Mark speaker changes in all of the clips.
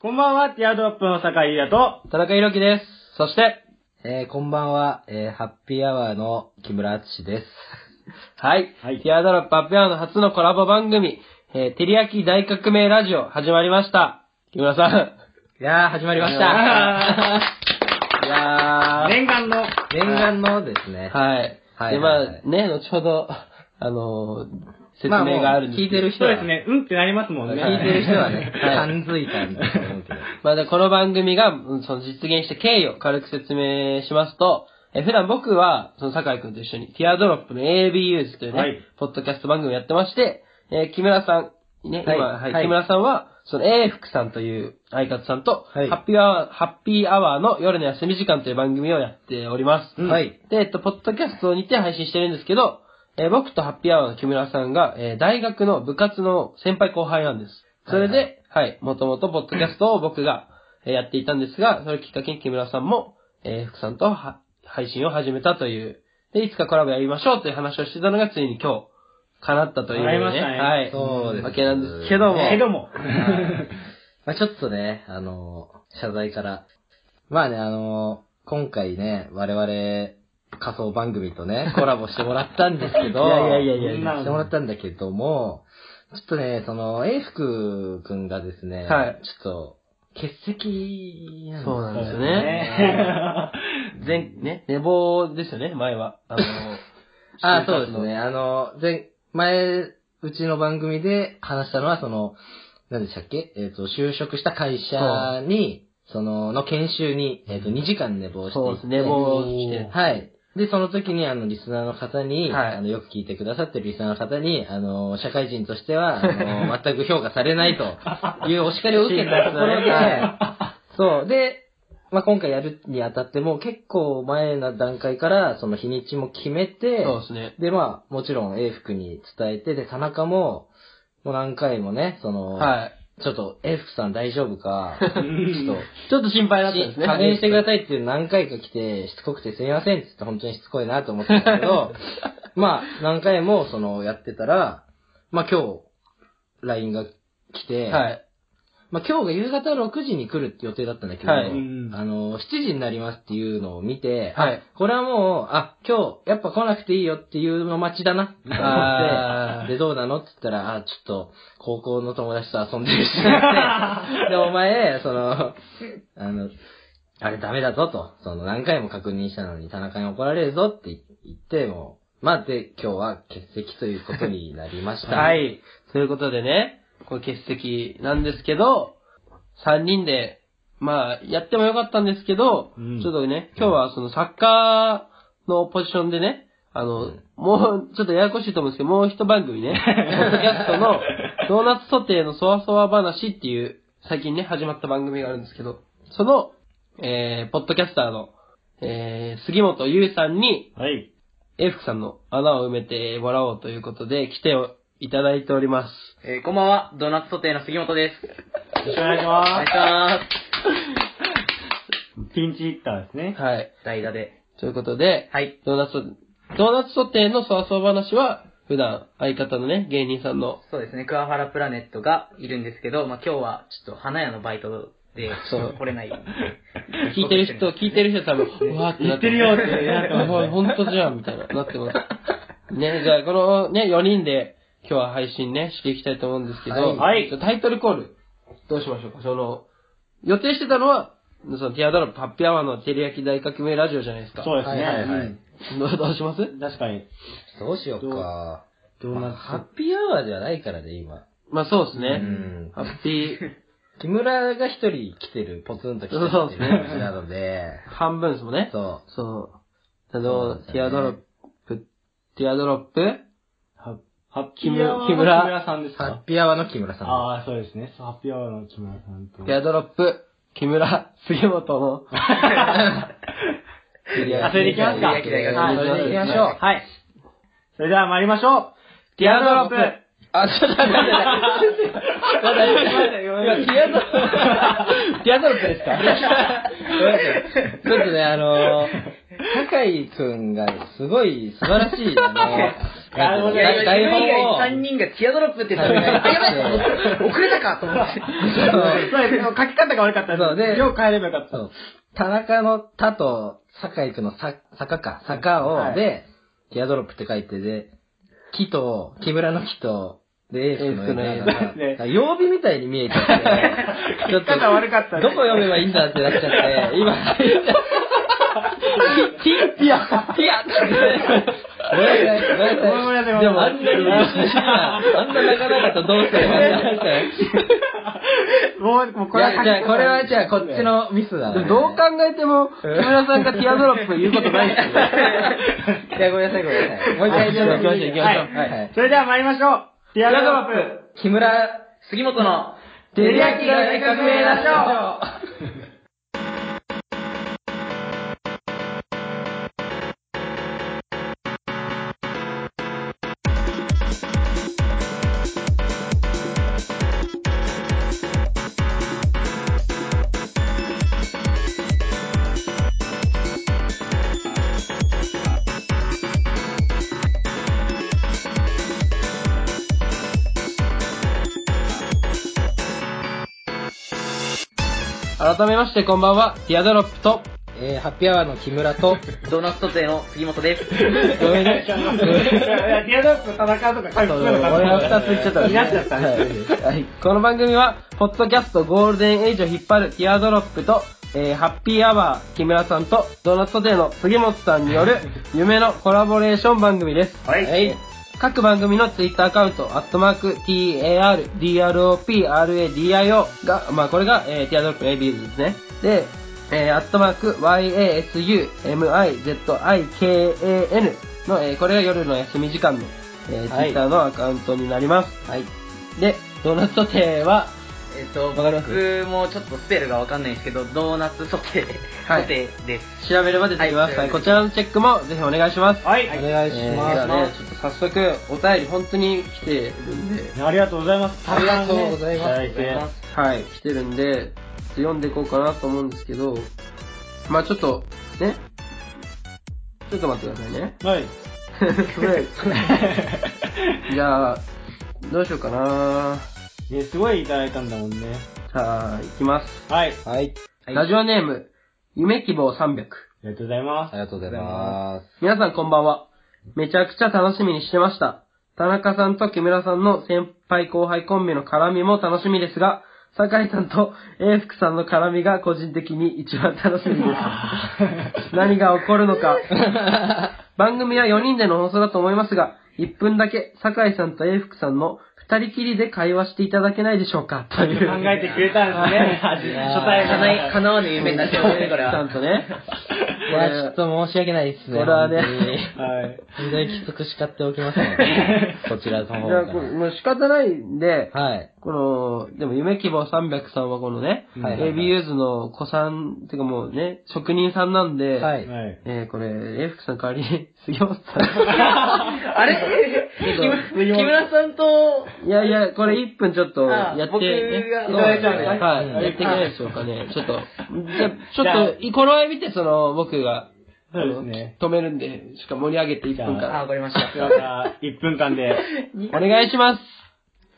Speaker 1: こんばんは、ティアドロップの坂井優也と、
Speaker 2: 田中裕樹です。そして、
Speaker 3: えー、こんばんは、えー、ハッピーアワーの木村敦です。
Speaker 2: はい。
Speaker 1: はい
Speaker 2: ティアドロップアップアーの初のコラボ番組、えー、てりやき大革命ラジオ、始まりました。木村さん。
Speaker 3: いやー、始まり ました。いやー、
Speaker 1: 念願の、
Speaker 3: 念願のですね。
Speaker 2: はい。
Speaker 3: はい
Speaker 2: で、
Speaker 3: はいは
Speaker 2: ま
Speaker 3: い
Speaker 2: あ、ね、後ほど、あのー説
Speaker 3: まあ
Speaker 2: 明があるんです
Speaker 3: もう聞いてる人
Speaker 1: そう
Speaker 3: は、
Speaker 1: ですね、うんってなりますもんね。
Speaker 3: 聞いてる人 はね、
Speaker 2: はい
Speaker 3: 感づいたんだと思うけど。
Speaker 2: まあで、この番組が、うんその実現した経緯を軽く説明しますと、え普段僕は、その酒井くんと一緒に、ティアドロップの ABUs というね、
Speaker 1: はい
Speaker 2: ポッドキャスト番組をやってまして、えー木村さん、ね、今、
Speaker 3: はい
Speaker 2: はい
Speaker 3: はい
Speaker 2: 木村さんは、その A 福さんという相方さんと、
Speaker 3: はい
Speaker 2: ハッピーアワー、ハッピーアワーの夜の休み時間という番組をやっております。
Speaker 3: うんはい
Speaker 2: で、えっと、ポッドキャストにて配信してるんですけど、えー僕とハッピーアワーの木村さんが、えー大学の部活の先輩後輩なんです。それで、
Speaker 3: はいは
Speaker 2: はい。もともと、ポッドキャストを僕がえーやっていたんですが、それをきっかけに木村さんも、えー福さんとは配信を始めたという。で、いつかコラボやりましょうという話をしてたのが、ついに今日、叶ったという、
Speaker 1: 叶いましたね
Speaker 2: はい。
Speaker 3: そうです
Speaker 2: わけなんですけども。
Speaker 1: けども、
Speaker 3: まあちょっとね、あのー謝罪から。まあね、あのー今回ね、我々、仮想番組とね、コラボしてもらったんですけど、
Speaker 2: いやいやい
Speaker 1: やいや
Speaker 3: してもらったんだけども、ちょっとね、その、英福くんがですね、
Speaker 2: はい
Speaker 3: ちょっと、欠席なんです
Speaker 2: そうなんですよ
Speaker 1: ね
Speaker 2: ね。前、ね、寝坊ですよね、前は。あの、
Speaker 3: あ、そうですね。あの、前、前、うちの番組で話したのは、その、何でしたっけえっ、と、就職した会社に、その、の研修に、えっ、と、2時間寝坊していて
Speaker 2: そうですね寝坊して
Speaker 3: はい。で、その時に、あの、リスナーの方に、
Speaker 2: はい
Speaker 3: あの、よく聞いてくださってるリスナーの方に、あの、社会人としては、 あの、全く評価されないというお叱りを受けたところで、そう。で、まあ、今回やるにあたっても、結構前な段階から、その日にちも決めて、
Speaker 2: そうですね。
Speaker 3: で、まあ、もちろん A 服に伝えて、で、田中も、もう何回もね、その、
Speaker 2: はい。
Speaker 3: ちょっと A 服さん大丈夫か、ちょっ
Speaker 2: ちょっと心配だったんです
Speaker 3: と、
Speaker 2: ね。
Speaker 3: 加減してくださいって何回か来て、しつこくてすみませんって言って本当にしつこいなと思ったんだ けど、まあ、何回もその、やってたら、まあ今日、LINE が来て、
Speaker 2: はい。
Speaker 3: まあ今日が夕方6時に来るって予定だったんだけど、
Speaker 2: はい
Speaker 3: あ
Speaker 1: うん
Speaker 3: の、7時になりますっていうのを見て、
Speaker 2: はい。
Speaker 3: これはもう、あ、今日、やっぱ来なくていいよっていうの待ちだな、と思
Speaker 2: あ
Speaker 3: っ
Speaker 2: ー
Speaker 3: て、で、どうなのって言ったら、あ、ちょっと、高校の友達と遊んでるしな って、で、お前、その、あの、あれダメだぞと、その、何回も確認したのに田中に怒られるぞって言って、もう、まあ、で、今日は欠席ということになりました。
Speaker 2: は。い。ということでね、これ欠席なんですけど、3人で、まあ、やってもよかったんですけど、
Speaker 1: うん
Speaker 2: ちょっとね、今日はそのサッカーのポジションでね、あの、もう、ちょっとややこしいと思うんですけど、もう一番組ね、ポッドキャストの、ドーナツソテーのそわそわ話っていう、最近ね、始まった番組があるんですけど、その、えー、ポッドキャスターの、えー、杉本優さんに、
Speaker 1: はい。
Speaker 2: 英福さんの穴を埋めてもらおうということで、来ていただいております。
Speaker 4: えーこんばんは、ドーナツソテーの杉本です。
Speaker 1: よろしくお願いし
Speaker 4: お願
Speaker 1: ま
Speaker 4: いします。
Speaker 1: す。ピンチヒッターですね。
Speaker 2: はい。
Speaker 4: 代打で。
Speaker 2: ということで、
Speaker 4: はい。
Speaker 2: ドーナツソ、ドーナツソテーのそわそわ話は、普段、相方のね、芸人さんの、
Speaker 4: そうですね、クワハラプラネットがいるんですけど、まあ、今日はちょっと花屋のバイトで
Speaker 2: そう
Speaker 4: 来れない。
Speaker 2: 聞いてる人、聞いてる人 多分、うわーってなっ
Speaker 1: 言って
Speaker 2: て
Speaker 1: るよってなってますね
Speaker 2: ほほんとじゃん、みたいな、なってます。ね、じゃあ、このね、4人で、今日は配信ね、していきたいと思うんですけど、
Speaker 1: はいはい
Speaker 2: じゃあタイトルコール、どうしましょうか。その、予定してたのは、その、ティアドロップ、ハッピーアワーのテレヤキ大革命ラジオじゃないですか。
Speaker 1: そうですね。
Speaker 3: はいはいはい
Speaker 2: どうどうします
Speaker 1: うん確かに。
Speaker 3: どうしようか。
Speaker 1: どう
Speaker 3: ま
Speaker 1: な
Speaker 3: あ
Speaker 1: っ
Speaker 3: ハッピーアワーではないからね、今。
Speaker 2: まあそうです
Speaker 3: う
Speaker 2: ね。
Speaker 3: ん。
Speaker 2: ハッピー、
Speaker 3: 木村が一人来てる、ポツンと来てる
Speaker 2: そう
Speaker 3: っ
Speaker 2: で
Speaker 3: て
Speaker 2: す
Speaker 3: い
Speaker 2: ね
Speaker 3: う感じなので、
Speaker 2: 半分ですもんね。
Speaker 3: そ
Speaker 2: そう。あ
Speaker 3: そうな
Speaker 2: の、
Speaker 3: んです
Speaker 2: ティ
Speaker 3: よね
Speaker 2: アドロップ、ティアドロップ、
Speaker 1: ハハッピ
Speaker 2: 木
Speaker 1: ーアワー
Speaker 2: 村
Speaker 1: の木
Speaker 2: 木村
Speaker 1: 村さんで
Speaker 3: う。
Speaker 1: す
Speaker 3: ハッ
Speaker 1: か
Speaker 3: ピーアワーの木村さん。
Speaker 1: ああ、そうですね。ハッピーアワーの木村さんと。
Speaker 2: ティアドロップ、木村、杉本の、
Speaker 1: あそれでいきますか
Speaker 3: テレビ
Speaker 1: はい
Speaker 3: 朝日それでいきましょう。
Speaker 1: はい。それでは参りましょう。ティアドロップ
Speaker 3: あ、ちょっと待って
Speaker 2: 今ティアドロップ、ティアドロップですか
Speaker 3: ちょっとね、あのー、酒井くんがすごい素晴らしい、あの
Speaker 1: なるほどね
Speaker 3: だ
Speaker 4: いや
Speaker 3: 台
Speaker 4: 自分以
Speaker 3: 本を、
Speaker 4: 外3人がティアドロップって言ったら、あ、やばい遅れたかと思って。
Speaker 1: そう書き方が悪かったん
Speaker 3: そうで
Speaker 1: よう変えればよかった。
Speaker 3: そう。田中の田と酒井くんのさ坂か、坂を、
Speaker 1: はい
Speaker 3: で、ティアドロップって書いて、で、木と、木村の木と、で、エースの
Speaker 2: エ
Speaker 3: 絵
Speaker 2: ース
Speaker 1: の絵
Speaker 3: が、
Speaker 1: ね
Speaker 3: だから曜日みたいに見えちゃって、ちょ
Speaker 1: 書
Speaker 3: っ
Speaker 1: き
Speaker 3: と、
Speaker 1: 方悪かったね
Speaker 3: どこ読めばいいんだってなっちゃって、今、
Speaker 2: ティピア
Speaker 3: いや、ごめんなさい、ご
Speaker 1: ご
Speaker 3: め
Speaker 1: め
Speaker 3: ん
Speaker 1: んなさい
Speaker 3: なさい。でも、あんなに優秀な、あんな長々とどうしてる
Speaker 1: もう、もうこれは書き
Speaker 3: じゃ
Speaker 1: 方
Speaker 3: あ、これはじゃあ、こっち。のミスだ
Speaker 2: で
Speaker 3: ね。
Speaker 2: もどう考えても、木村さんがティアドロップ言うことないですよね。
Speaker 3: いや、ごめんなさい、ごめんなさい。もう一回、ちょっと行きましょう、行きましょう。はい。はい
Speaker 1: それでは参りましょう。ティアドロップ。
Speaker 3: 木村、
Speaker 4: 杉本の、
Speaker 3: 照り焼きが大革命ラジ
Speaker 2: 改めましてこんばんは、ティアドロップと、
Speaker 3: オえー、ハッピーアワーの木村と、
Speaker 4: ドーナツソテーの杉本です。
Speaker 3: ごめん ね。
Speaker 1: いやいやティアドロップ戦うとか書いて
Speaker 2: 俺は2つ言っちゃったね
Speaker 1: になっちゃったね。
Speaker 2: はいこの番組は、ポッドキャストゴールデンエイジを引っ張るティアドロップと、えーハッピーアワー木村さんと、ドーナツソテーの杉本さんによる、夢のコラボレーション番組です。
Speaker 1: はい
Speaker 2: 各番組のツイッターアカウント、アットマーク、TARDROPRADIO が、まあこれが、えー、ティアドロップ ABs ですね。で、えー、アットマーク、YASUMIZIKAN の、えーこれが夜の休み時間の、えー
Speaker 3: はい
Speaker 2: ツイッターのアカウントになります。はい。で、ドーナツソテーは、
Speaker 4: えっと、
Speaker 2: わかります
Speaker 4: 僕もちょっとスペルがわかんないんですけど、ドーナツソテー、
Speaker 2: はい
Speaker 4: ソテーです。
Speaker 2: 調べれば出てきます。
Speaker 4: は
Speaker 2: はいい、こちらのチェックもぜひお願いします。
Speaker 1: はい。
Speaker 3: お願いし
Speaker 2: えーじゃ
Speaker 3: ま
Speaker 2: あね、ちょっと早速、お便り本当に来てるんで、
Speaker 1: ありがとうございます。
Speaker 3: ありがとうございます
Speaker 1: ただて
Speaker 2: はい、来てるんで、ちょっと読んでいこうかなと思うんですけど、まあちょっと、ね。ちょっと待ってくださいね。
Speaker 1: はい。
Speaker 2: すごい じゃあ、どうしようかな
Speaker 1: ね、すごいいただいたんだもんね。
Speaker 2: さあ、いきます。
Speaker 1: はい。
Speaker 3: す。はい。
Speaker 4: はい
Speaker 2: ラジオネーム、夢希望
Speaker 1: あ
Speaker 2: 300。
Speaker 1: りがとうございま
Speaker 3: ありがとうございます。
Speaker 2: 皆さんこんばんは。めちゃくちゃ楽しみにしてました。田中さんと木村さんの先輩後輩コンビの絡みも楽しみですが、酒井さんと英福さんの絡みが個人的に一番楽しみ です。何が起こるのか。番組は4人での放送だと思いますが、1分だけ酒井さんと英福さんの2人きりで会話していただけないでしょうかという。
Speaker 1: す。考えてくれたんですね。初
Speaker 3: やー
Speaker 1: 初対
Speaker 4: 叶い叶わぬ夢になっちゃうね、こ
Speaker 2: ち
Speaker 4: れ
Speaker 2: ゃ
Speaker 4: は
Speaker 2: ん。とね。
Speaker 3: いや、ちょっと申し訳ないですね。
Speaker 2: これはね
Speaker 3: 本当に
Speaker 1: はい。
Speaker 3: 非常にきつく叱っておきますので、こちらの
Speaker 2: じゃあ、
Speaker 3: 方
Speaker 2: これ
Speaker 3: か
Speaker 2: もう仕方ないんで、
Speaker 3: ら。はい。
Speaker 2: この、でも夢希望300さんはこのね、
Speaker 3: はいはいはい
Speaker 2: ABUs の子さん、てかもうね、職人さんなんで、
Speaker 3: はい。
Speaker 1: はい。
Speaker 2: えー、これ、英福さん代わりに、 杉本さ
Speaker 4: あ れ
Speaker 2: ちょっと
Speaker 4: 木村木村さんと、
Speaker 2: ん。いやいや、これ1分ちょっとやって、
Speaker 4: あ僕が
Speaker 2: ね
Speaker 4: いただいたんで
Speaker 2: はい、
Speaker 3: うん
Speaker 2: やっていけないでしょうかね。ちょっと、じゃ
Speaker 1: じ
Speaker 2: あ
Speaker 1: ゃ
Speaker 2: ちょっと、この絵見て、その、僕が、
Speaker 1: そうですね。
Speaker 2: あの止めるんで、しか盛り上げて1分
Speaker 4: あ、
Speaker 2: 間。
Speaker 4: わかりました。
Speaker 1: また、1分間で。
Speaker 2: お願いします。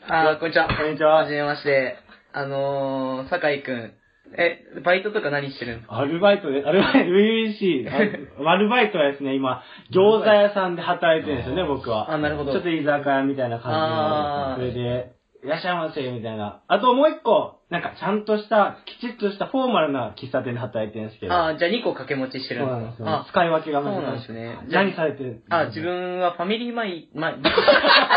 Speaker 4: あー、こんにちは。
Speaker 1: こんにちは
Speaker 4: はじめまして。あのー、酒井くん。え、バイトとか何してるの
Speaker 1: アルバイトで、アルバイト、UEC、あアルバイトはですね、今、餃子屋さんで働いてるんですよね、僕は。
Speaker 4: あなるほど
Speaker 1: ちょっと居酒屋みたいな
Speaker 4: あー
Speaker 1: 感じの。それで、いらっしゃいませ、みたいな。あともう一個、なんかちゃんとした、きちっとしたフォーマルな喫茶店で働いてるんですけど。
Speaker 4: あー、じゃあ2個掛け持ちして
Speaker 1: そう
Speaker 4: る
Speaker 1: なんですよ
Speaker 4: あ、
Speaker 1: 使い分けが
Speaker 4: そうなん
Speaker 1: 難
Speaker 4: で
Speaker 1: し
Speaker 4: す
Speaker 1: い。
Speaker 4: ね
Speaker 1: 何されてる
Speaker 4: あ、自分はファミリーマイ、 マイ、フ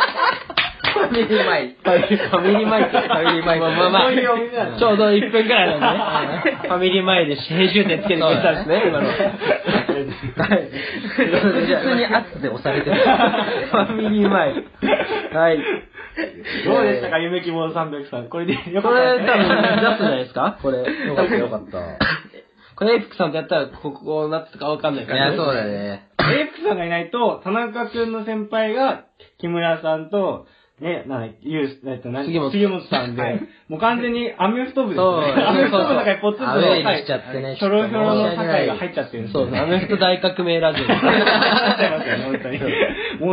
Speaker 4: ァミリーマイ。
Speaker 2: ファミリーマイト、ファミリーマイト。まあまあ
Speaker 1: そういうお店なんですね
Speaker 2: ちょうど1分くらいなんでね。ファミリー前で編集点つけてくれたんですね、今の。はい。
Speaker 3: 普通に圧で押されてる。
Speaker 2: ファミリー前。はい。
Speaker 1: どうでしたか、夢希望300さん。これでよかっ
Speaker 2: こ
Speaker 1: た
Speaker 2: れ
Speaker 1: ですね
Speaker 2: 多分出すじゃないですかこれ。
Speaker 3: よかった、よかった。
Speaker 2: これエイプクさんとやったらここなったかわかんないか
Speaker 3: い
Speaker 2: ら、
Speaker 3: や、そうだね。
Speaker 1: エイプさんがいないと、田中くんの先輩が、木村さんと、ね、なんだ、ユース、えっと、何
Speaker 2: 杉本
Speaker 1: 杉本さんで、もう完全にアメフト部ですね。
Speaker 2: そう
Speaker 1: アメフト部の中にポツンと
Speaker 3: アウェイにしちゃってね。
Speaker 1: ひょろひょろの
Speaker 3: ちょっと
Speaker 1: 境
Speaker 3: 申し訳ない
Speaker 1: が入っちゃってるんです
Speaker 2: そ
Speaker 1: よ
Speaker 2: う、
Speaker 1: ね。
Speaker 2: あの人大革命ラジオ。
Speaker 1: なっちゃいますよね、本当に。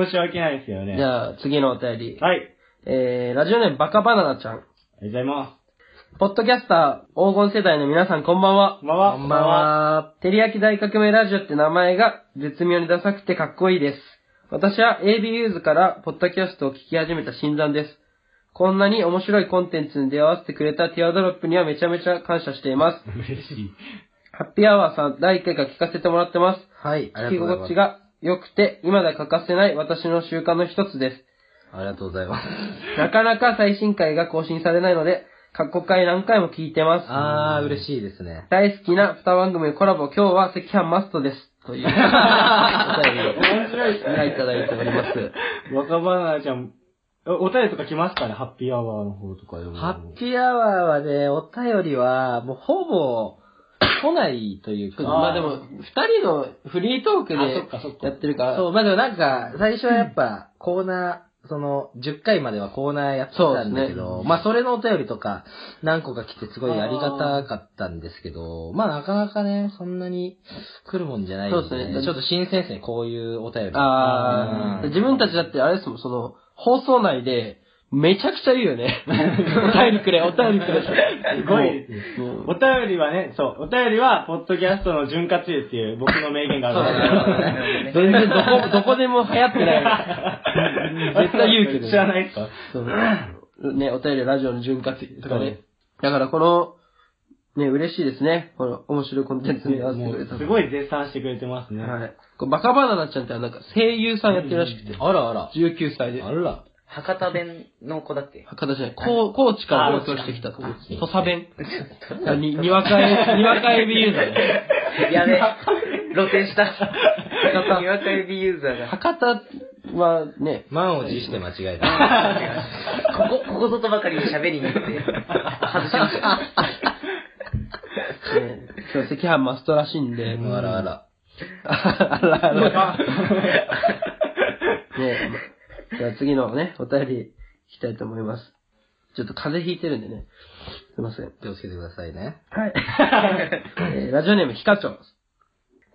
Speaker 1: 申し訳ないですよね。
Speaker 2: じゃあ、次のお便り。
Speaker 1: はい。あり
Speaker 2: えー、ラジオネームバカバナナちゃん。
Speaker 1: がとうございま
Speaker 2: ポッドキャスター黄金世代の皆さんこんばんは
Speaker 1: す。。まわ。
Speaker 3: こんばんは。
Speaker 2: テリヤキ大革命ラジオって名前が絶妙にダサくてかっこいいです。私は AB ユーズからポッドキャストを聞き始めた新参です。こんなに面白いコンテンツに出会わせてくれたティアドロップにはめちゃめちゃ感謝しています。
Speaker 1: 嬉しい。
Speaker 2: ハッピーアワーさん第1回から聞かせてもらってます。
Speaker 3: はい、あ
Speaker 2: 聞
Speaker 3: り
Speaker 2: き
Speaker 3: がとうご
Speaker 2: 心地
Speaker 3: ざいます。
Speaker 2: が良くて今では欠かせない私の習慣の一つです。
Speaker 3: ありがとうございます。
Speaker 2: なかなか最新回が更新されないので、過去回何回も聞いてます。
Speaker 3: あー、嬉しいですね。
Speaker 2: 大好きな2番組コラボ、今日は赤飯マストです。という、お便 りを
Speaker 1: 面白いですね
Speaker 2: いただいております。
Speaker 1: 若バナナちゃん、おお便りとか来ますかねハッピーアワーの方とかでも。
Speaker 3: ハッピーアワーはね、お便りは、もうほぼ、来ないというか、
Speaker 2: まあでも、2人のフリートーク
Speaker 1: あそっかそっか
Speaker 2: でやってるから、
Speaker 3: そう、まあでもなんか、最初はやっぱ、コーナー、その、10回まではコーナーやってたんだけ
Speaker 2: そう
Speaker 3: ど、
Speaker 2: ですね
Speaker 3: まあそれのお便りとか、何個か来てすごいありがたかったんですけど、まあなかなかね、そんなに来るもんじゃないん
Speaker 2: そうですね
Speaker 3: ちょっと新鮮ですね、こういうお便り。
Speaker 2: あー
Speaker 3: うん
Speaker 2: 自分たちだってあれですもん、その、放送内で、めちゃくちゃ言うよ ね。お便りくれ、お便りくれ。
Speaker 1: すごい。
Speaker 2: もう
Speaker 1: お便りはね、そう、お便りは、ポッドキャストの潤滑油っていう僕の名言があるんですけど。
Speaker 2: 全然ど こ、どこでも流行ってない。絶対言うけど。
Speaker 1: 知らないっすか
Speaker 2: そう。ね、お便りはラジオの潤滑油とかね。だからこの、ね、嬉しいですね。この面白いコンテンツに合わせて
Speaker 1: も
Speaker 2: くれた
Speaker 1: う
Speaker 2: の。
Speaker 1: すごい絶賛してくれてますね。
Speaker 2: はい。こうバカバナナちゃんってなんか声優さんやってるらしくて。
Speaker 3: あらあら。
Speaker 2: 19歳で。
Speaker 3: あら。
Speaker 4: 博多弁の子だっけ
Speaker 2: 博多じゃない、こう高知から上京してきた。土佐弁。に、にわか え、にわかえびユーザーね。
Speaker 4: やべ、露呈した。にわか指ユーザーが。
Speaker 2: 博多はね、
Speaker 3: 満を持して間違 えた。
Speaker 4: ここ、ここぞとばかりに喋りに行って、外しました。
Speaker 2: ね、今日赤飯マストらしいんで、
Speaker 3: あらあら。
Speaker 2: あらあ ら。ねえ。じゃあ次のね、お便り、いきたいと思います。ちょっと風邪ひいてるんでね。すいません。
Speaker 3: 気をつけてくださいね。
Speaker 2: はい。 えーラジオネーム、ヒカチョウ。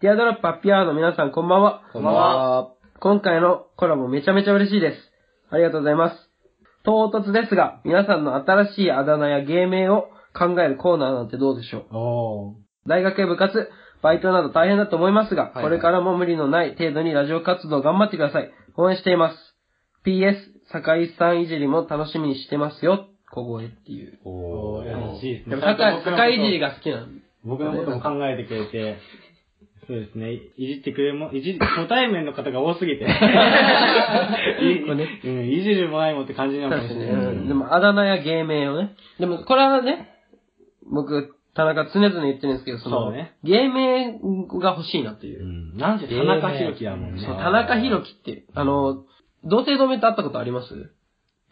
Speaker 2: ディアドロップアッピアーの皆さん、こんばんは。
Speaker 3: こんばんは。
Speaker 2: 今回のコラボめちゃめちゃ嬉しいです。ありがとうございます。唐突ですが、皆さんの新しいあだ名や芸名を考えるコーナーなんてどうでしょう
Speaker 1: おー。
Speaker 2: 大学や部活、バイトなど大変だと思いますが、
Speaker 3: いはい
Speaker 2: これからも無理のない程度にラジオ活動頑張ってください。応援しています。PS、酒井さんいじりも楽しみにしてますよ。小声っていう。
Speaker 1: おー、優しいですね。
Speaker 2: でも酒井、酒井いじりが好きなの。
Speaker 1: 僕のことも考えてくれて、そうですね、いじってくれも、いじ、初対面の方が多す ぎて、いうんいじるもないもんって感じなのかも
Speaker 2: 確
Speaker 1: し
Speaker 2: か
Speaker 1: れ
Speaker 2: に。
Speaker 1: ない。
Speaker 2: うんでも、あだ名や芸名をね。でも、これはね、僕、田中常々言ってるんですけど、そ
Speaker 1: そ
Speaker 2: の、
Speaker 1: うね
Speaker 2: 芸名が欲しいなっていうう。
Speaker 1: んなんせ田中宏樹だもんね
Speaker 2: そう。田中宏樹って、あの、同性同盟って会ったことあります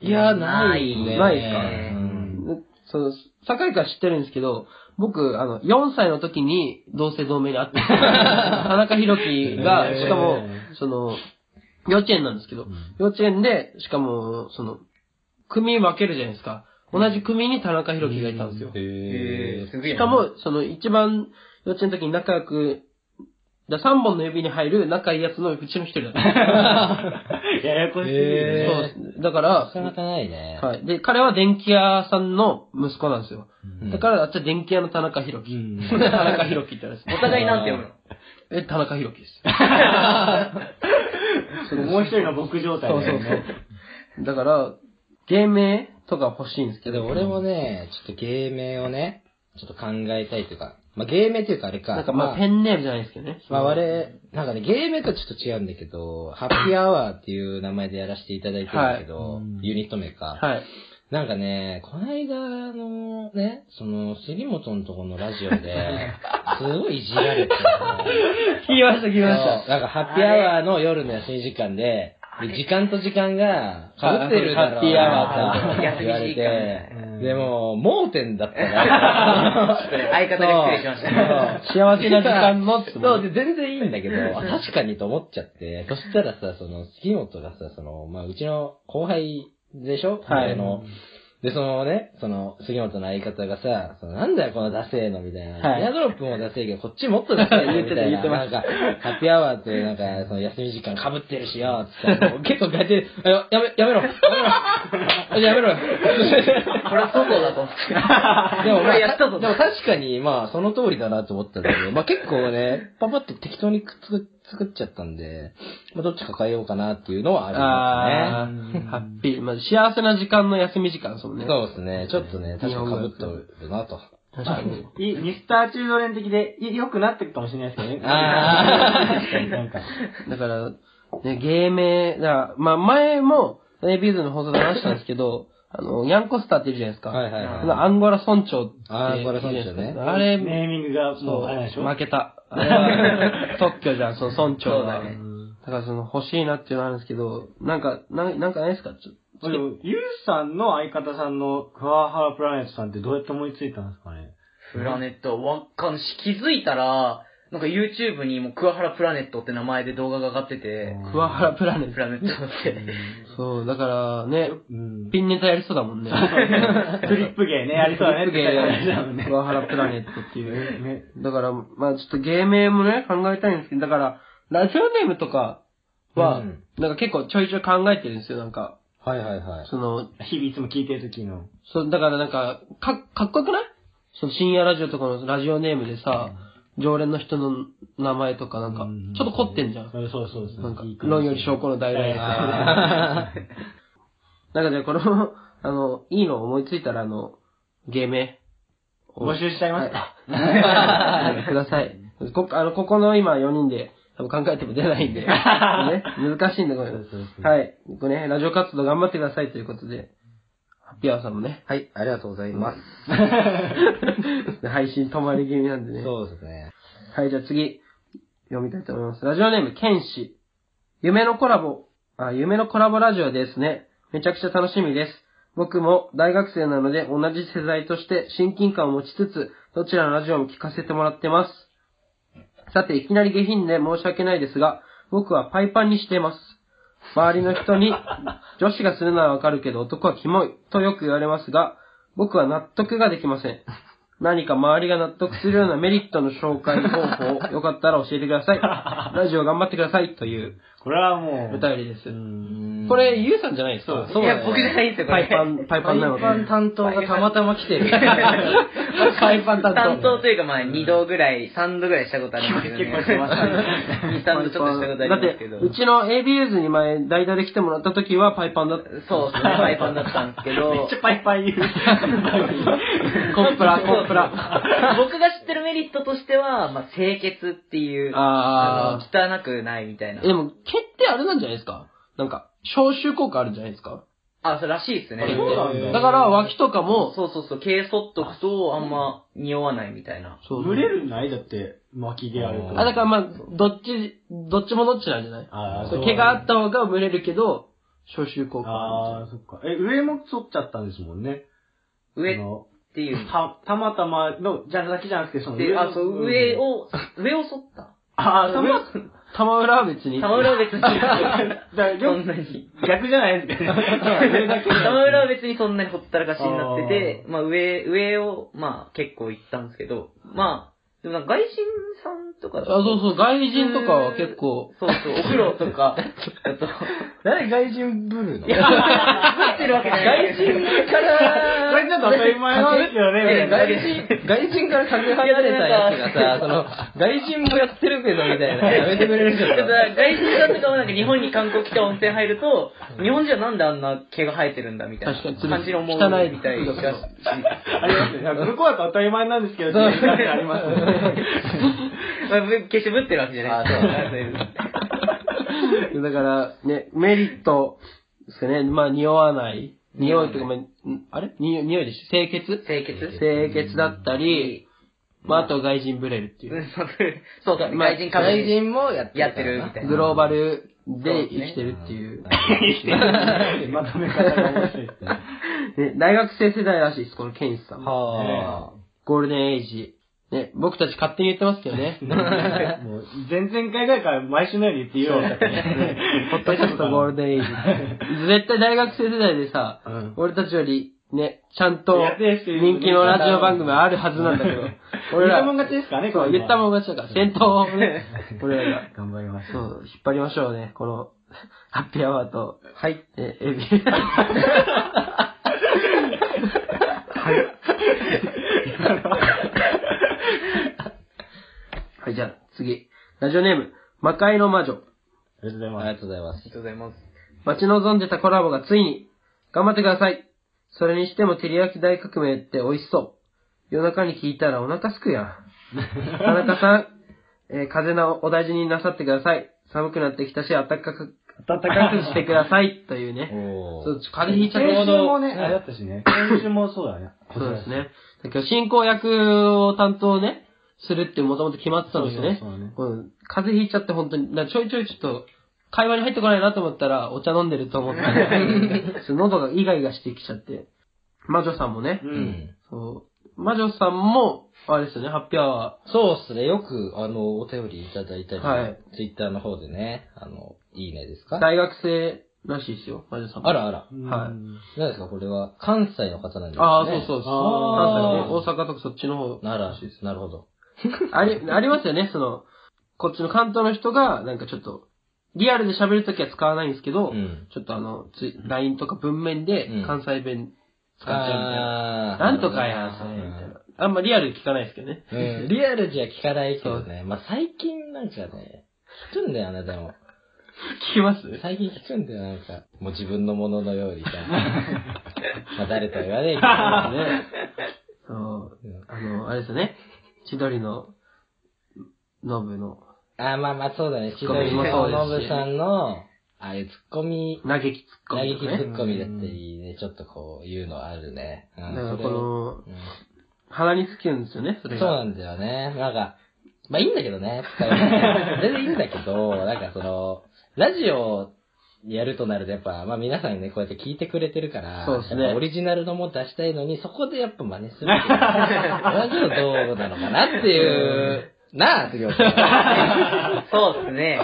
Speaker 3: いや、ないね。
Speaker 2: ないですか
Speaker 3: うん
Speaker 2: その、坂井から知ってるんですけど、僕、あの、4歳の時に同姓同名に会って、田中宏樹が、
Speaker 1: へー
Speaker 2: しかも、その、幼稚園なんですけど、幼稚園で、しかも、その、組分けるじゃないですか。同じ組に田中宏樹がいたんですよ。
Speaker 3: へ
Speaker 4: え
Speaker 3: ー
Speaker 4: ー、すげえ
Speaker 2: し
Speaker 4: な。
Speaker 2: かも、その、一番、幼稚園の時に仲良く、だ3本の指に入る仲いいやつのうちの一人だった。
Speaker 1: ややこしい
Speaker 3: へ
Speaker 1: ね。
Speaker 3: ー
Speaker 2: そう。だから
Speaker 3: な、かなかないね。
Speaker 2: はい。で、彼は電気屋さんの息子なんですよ。
Speaker 3: うん
Speaker 2: だから、あっちは電気屋の田中宏樹。
Speaker 1: うん
Speaker 2: 田中宏樹って言われて
Speaker 4: お互いなんて読むの
Speaker 2: え、田中宏樹です。
Speaker 1: もう一人の僕状態
Speaker 2: そう
Speaker 1: だ
Speaker 2: そ
Speaker 1: よ
Speaker 2: う
Speaker 1: ね。
Speaker 2: そう。だから、芸名とか欲しいんです
Speaker 3: いや
Speaker 2: け
Speaker 3: で
Speaker 2: ど、
Speaker 3: も俺もね、ちょっと芸名をね、ちょっと考えたいというか、まあ芸名というかあれか、
Speaker 2: なんかまあペ
Speaker 3: あ、
Speaker 2: ンネームじゃないですけどね。
Speaker 3: まあ我々、なんかね、芸名とはちょっと違うんだけど、ハッピーアワーっていう名前でやらせていただいてるんだけど、
Speaker 1: はい
Speaker 3: ユニット名か。
Speaker 2: はい。
Speaker 3: なんかね、こないだのね、その、杉本のとこのラジ オで、すごいいじられて、
Speaker 2: 聞きました、聞きまし
Speaker 3: そうなんか、ハッピーアワーの夜の休み時間で、で時間と時間が、被ってるだろ
Speaker 2: ハッピーアワ
Speaker 4: ー
Speaker 3: っ
Speaker 4: と
Speaker 3: て言わ
Speaker 1: 休
Speaker 3: れ
Speaker 1: み時間
Speaker 3: て、でも、盲点だったから。
Speaker 4: 相方が失礼しました。
Speaker 2: た。幸せな時間のっつも
Speaker 3: そう、で、全然いいんだけど、あ確かにと思っちゃって、そしたらさ、その、杉本がさ、その、まあ、うちの後輩でしょ
Speaker 2: はい
Speaker 3: あの、で、そのね、その、杉本の相方がさ、そのなんだよ、このダセーの、みたいな。
Speaker 2: はい
Speaker 3: エアドロップもダセーけど、こっちもっ とダセーよ、
Speaker 2: 言っ
Speaker 3: み
Speaker 2: て
Speaker 3: た
Speaker 2: た
Speaker 3: い
Speaker 2: 言っ
Speaker 3: な。
Speaker 2: てま
Speaker 3: なんか、ハッピーアワーって、なんか、その休み時間被ってるしよ、つって。もう 結構ガチで、あややめ、や めろ、やめろ、やめ ろよ。
Speaker 4: これ外だと思って。
Speaker 3: でも、まあ、
Speaker 4: 俺やった
Speaker 3: で
Speaker 4: ぞ
Speaker 3: も確かに、まあ、その通りだなと思ったんだけど、まあ結構ね、パパって適当にくっつく作っちゃったんで、まあどっちか変えようかなっていうのはあ
Speaker 2: あ
Speaker 3: りま
Speaker 2: ー、ハッピー。まあ、幸せな時間の休み時間ですもん
Speaker 3: すね。
Speaker 2: ね。
Speaker 3: そうですね。ちょっとね、確
Speaker 2: 日本
Speaker 3: か
Speaker 2: 語
Speaker 3: に被ってるなと。
Speaker 2: 確かに。
Speaker 1: いミスターチルドレン的で、い良くなっていくかもしれないですけどね。
Speaker 3: あー
Speaker 1: 確かになんか。
Speaker 2: だから、ね、芸名、だからまあ、前も、エビーズの放送で話したんですけど、 あの、ヤンコスターっているじゃないですか。
Speaker 3: はいはい
Speaker 2: あのアンゴラ村長って。
Speaker 3: あーアンゴラ村長ね
Speaker 2: あれ、
Speaker 1: ネーミングがもう、あれでし
Speaker 2: そ
Speaker 1: ょ
Speaker 2: う、負けた。あれは特許じゃん、その村長が。
Speaker 4: そうだね
Speaker 2: だからその欲しいなっていうのあるんですけど、なんか、なんなんかないですかちょ
Speaker 1: でもゆうさんの相方さんのクワハラプラネットさんってどうやって思いついたんですかね
Speaker 4: プラネット、わっかんし、気づいたら、なんか YouTube にもうクワハラプラネットって名前で動画が上がってて、
Speaker 2: クワハラプラネッ
Speaker 4: プラネットって。
Speaker 2: ト。そう、だからね、
Speaker 1: うん。
Speaker 2: ピンネタやりそうだもんね。
Speaker 1: フリップ 芸ね、やりそうだね。
Speaker 2: フリップ芸やり
Speaker 1: だもんね
Speaker 2: ク。ワハラプラネットっていう。
Speaker 1: ね
Speaker 2: だから、まあちょっと芸名もね、考えたいんですけど、だから、ラジオネームとかは、
Speaker 3: うん
Speaker 2: なんか結構ちょいちょい考えてるんですよ、なんか。
Speaker 3: はいはいはい。
Speaker 2: その、
Speaker 1: 日々いつも聞いてる時の。
Speaker 2: そう、だからなんか、か、かっこよくないその深夜ラジオとかのラジオネームでさ、常連の人の名前とかなんか、ちょっと凝ってんじゃん。
Speaker 1: うそうそうそう。
Speaker 2: なんか
Speaker 1: いい、感じ
Speaker 2: 論より証拠の代
Speaker 1: は
Speaker 2: 来
Speaker 1: い
Speaker 2: なんかね、この、 あの、いいのを思いついたら、あの、芸名を
Speaker 1: 募集しちゃいますか
Speaker 2: はいください。こ、あの、ここの今4人で、多分考えても出な いんで、ね、難しいんで、これ。
Speaker 1: そうそうそう
Speaker 2: はい。これね、ラジオ活動頑張ってくださいということで、ハッピーアワーさん もね、
Speaker 3: はい、ありがとうございます。
Speaker 2: 配信止まり気味なんでね。
Speaker 3: そうですね。
Speaker 2: はい、じゃあ次、読みたいと思います。ラジオネーム、ケンシ。夢のコラボ、あ、夢のコラボラジオですね。めちゃくちゃ楽しみです。僕も大学生なので同じ世代として親近感を持ちつつ、どちらのラジオも聞かせてもらってます。さて、いきなり下品で申し訳ないですが、僕はパイパンにしています。周りの人に、 女子がするのはわかるけど男はキモいとよく言われますが、僕は納得ができません。何か周りが納得するようなメリットの紹介方法、よかったら教えて ください。ラジオ頑張ってくださいという
Speaker 1: これはもう。
Speaker 2: お便りです。
Speaker 3: うん
Speaker 2: これ、ゆうさんじゃないですか
Speaker 1: そう
Speaker 4: いや、僕じゃないんですよ、こ
Speaker 2: パ
Speaker 4: れ。
Speaker 2: イパン、パイパンなので。
Speaker 3: パイパン担当がたまたま来て る。 パイパン担
Speaker 4: 担
Speaker 3: 当。
Speaker 4: 当というか、まあ、2度ぐらい、3度ぐらいしたことありますけどね。
Speaker 1: 結構してますね
Speaker 4: 2、3度ちょっとしたことあり
Speaker 2: だ
Speaker 4: ま
Speaker 2: っ
Speaker 4: すけ
Speaker 2: て、
Speaker 4: ど。
Speaker 2: うちの AB ユーズに前、代打で来てもらった時はパイパンだ った。
Speaker 4: そうですね、パイパンだったんですけ
Speaker 1: め
Speaker 4: ど
Speaker 1: っち、ゃパイパイ 言う。
Speaker 2: コンプラ、コンプラ。
Speaker 4: 僕が知ってるメリットとしては、まあ、清潔っていう、
Speaker 2: あー
Speaker 4: あの汚くないみたいな
Speaker 2: で。も、毛ってあれなんじゃないですかなんか、消臭効果あるんじゃないですか
Speaker 4: あ、そうらしいですね。
Speaker 1: あそうなんだ
Speaker 2: だから、脇とかも、
Speaker 4: そうそうそう、毛剃っとくと、あんま匂わないみたいな。
Speaker 2: そう
Speaker 1: 蒸れるんないだって、巻き毛あると。
Speaker 2: あ、だからまあ、どっち、どっちもどっちなんじゃない
Speaker 1: あー
Speaker 2: そう
Speaker 1: そう
Speaker 2: 毛があった方が蒸れるけど、消臭効果あ
Speaker 1: あー、そっか。え、上も剃っちゃったんですもんね。
Speaker 4: 上
Speaker 1: あの
Speaker 4: っていう。
Speaker 1: た、たまたまの、じゃだけじゃなくて、その
Speaker 4: で、
Speaker 1: の
Speaker 4: あ、そう、上。を、上を剃った。
Speaker 1: あー、たま、
Speaker 2: る。玉浦は別に。
Speaker 4: 玉裏は別に。
Speaker 1: から
Speaker 4: そんなに。
Speaker 1: 逆じゃないですかね。
Speaker 4: 玉裏は別にそんなにほったらかしになってて
Speaker 1: あ、
Speaker 4: まあ上、上を、まあ結構行ったんですけど、まあ、でもなんか外人さんとか
Speaker 2: あ、
Speaker 4: だと
Speaker 2: そうそう、外人とかは結構。
Speaker 4: そうそう、お風呂とか、だと、
Speaker 3: 誰外人ブルーの
Speaker 4: 入ってるわけじゃない。外人
Speaker 3: から
Speaker 1: これちょっと当たり前なんです よね、
Speaker 4: え
Speaker 1: みたいな
Speaker 3: 外人、外人からかけ離れたやつがさ、その、外人もやってるけどみたいな、やめてくれるじゃ
Speaker 4: だか
Speaker 3: ん。
Speaker 4: ら 外人さんとかもなんか日本に観光来て温泉入ると、日本人はなんであんな毛が生えてるんだみたい
Speaker 2: 確かに
Speaker 4: な感じに思う
Speaker 2: 汚い
Speaker 4: みたいな気がし。
Speaker 1: ありますね。なんか向こうだと当たり前なんですけど、そういう感じありますね。
Speaker 4: まあぶ決してぶってるわけじゃないです
Speaker 3: あ
Speaker 2: だから、ね、メリットですね。まあ、匂わない。匂いとか、まあ、んあれ匂い匂いでしょ清潔
Speaker 4: 清潔
Speaker 2: 清潔だったり、まあ、あと外人ブレるっていうう。
Speaker 4: ん そうそう、
Speaker 2: まあ
Speaker 4: 外人カメ
Speaker 3: 外人もやって
Speaker 4: やってるみたいな。
Speaker 2: グローバルで生きてるっていう。
Speaker 1: まとめ方が面白いですね。
Speaker 2: ね大学生世代らしいです、このケンシさんは。
Speaker 3: は
Speaker 2: ゴールデンエイジ。ね、僕たち勝手に言ってますけど ね。
Speaker 1: もう、前々回ぐらいから毎週のように言っていいようだったね。
Speaker 2: ポッドキャストゴールデンエイジ。絶対大学生世代でさ、
Speaker 1: うん
Speaker 2: 俺たちより、ね、ちゃんと
Speaker 1: やってる人いる
Speaker 2: 人気のラジオ番組あるはずなんだけど、
Speaker 1: 言
Speaker 2: 俺
Speaker 1: った
Speaker 2: ら
Speaker 1: もん、勝ちですからね、
Speaker 2: そう言ったもん
Speaker 1: ん。
Speaker 2: 勝ちだから、先頭を ね、俺らが、
Speaker 1: 頑張りまし
Speaker 2: そ
Speaker 1: ょう。
Speaker 2: う、引っ張りましょうね、この、 ハッピーアワーと、
Speaker 3: はい。
Speaker 2: え、エビ。はい、じゃあ、次。ラジオネーム、魔界の魔女。
Speaker 1: ありがとうござい
Speaker 3: あり
Speaker 1: ま
Speaker 3: がとうございます。
Speaker 4: とうございます。
Speaker 2: 待ち望んでたコラボがついに、頑張ってください。それにしても、照り焼き大革命って美味しそう。夜中に聞いたらお腹すくやん。田中さ ん、えー風邪のお大事になさってください。寒くなってきたし、暖かく、暖かくしてください。というね。
Speaker 3: お
Speaker 2: そう
Speaker 3: ー。
Speaker 2: ちょ風
Speaker 1: す。
Speaker 2: 邪ひいちゃっ
Speaker 1: 先
Speaker 2: た
Speaker 1: 週もね、あれだったしね。先週もそうだね。
Speaker 2: そうですね。今日進行役を担当ね、するってもともと決まってたんですよね。
Speaker 1: そうそうそうね
Speaker 2: うん風邪ひいちゃって本当に、なちょいちょいちょっと、会話に入ってこないなと思ったら、お茶飲んでると思って、 喉がイガイガしてきちゃって。魔女さんもね
Speaker 1: う、。
Speaker 3: うんん。
Speaker 2: そう魔女さんも、あれですよね、ハッピーアワ
Speaker 3: そうっすね。よく、あの、お便りいただいたり、
Speaker 2: はい
Speaker 3: ツイッターの方でね、あの、いいねです
Speaker 2: ー、
Speaker 3: か
Speaker 2: 大学生らしいですよ、魔女さんも。
Speaker 3: あらあら。
Speaker 2: はい
Speaker 1: うん
Speaker 3: 何ですかこれは、関西の方なんですね。
Speaker 2: ああ、そうそうそう。
Speaker 1: あ
Speaker 3: ー
Speaker 2: 関西ね、大阪とかそっちの方。
Speaker 3: なら、なるほど。
Speaker 2: あり、ありますよね、その、こっちの関東の人が、なんかちょっと、リアルで喋るときは使わないんですけど、
Speaker 3: うん。
Speaker 2: ちょっとあの、つい LINE とか文面で
Speaker 3: うん
Speaker 2: 関西弁使っちゃうみたいな。
Speaker 3: あー
Speaker 2: なんとかや、それ、みたいな。あんまリアルで聞かないですけどね。
Speaker 3: うん、リアルじゃ聞かないけどね。まあ、最近なんかね、聞くんだよな、でも。
Speaker 2: 聞きます
Speaker 3: 最近聞くんだよ、なんか。もう自分のものの ようにさ。まあ、誰とは言わねえけどね。
Speaker 2: ね。そう。あの、あれですよね。千鳥の、ノブの、
Speaker 3: あー、まあまあ、そうだね。
Speaker 2: ッ
Speaker 3: 千
Speaker 2: コミ
Speaker 3: 鳥
Speaker 2: もそう
Speaker 3: の
Speaker 2: ですし
Speaker 3: ノブさんの、ああいうツッコミ、
Speaker 2: 嘆きツッコ
Speaker 3: 嘆
Speaker 2: ミ
Speaker 3: き
Speaker 2: と
Speaker 3: ツ
Speaker 2: かね。
Speaker 3: ッコミだったりね、ちょっとこう、言うのあるね。う
Speaker 2: だ
Speaker 3: ん、
Speaker 2: から
Speaker 3: それ
Speaker 2: こ
Speaker 3: を
Speaker 2: の、
Speaker 3: うん
Speaker 2: 鼻につけるんですよね、そ
Speaker 3: そう
Speaker 2: れが。
Speaker 3: なんだよね。なんか、まあいいんだけどね。 使うのね全然いいんだけど、なんかその、ラジオやるとなるとやっぱ、まあ皆さんね、こうやって聞いてくれてるから、
Speaker 2: そうですね
Speaker 3: やっぱオリジナルのもの出したいのに、そこでやっぱ真似するっていうのは。同じのどうなのかなっていう、なあ、次は。
Speaker 4: そうですね。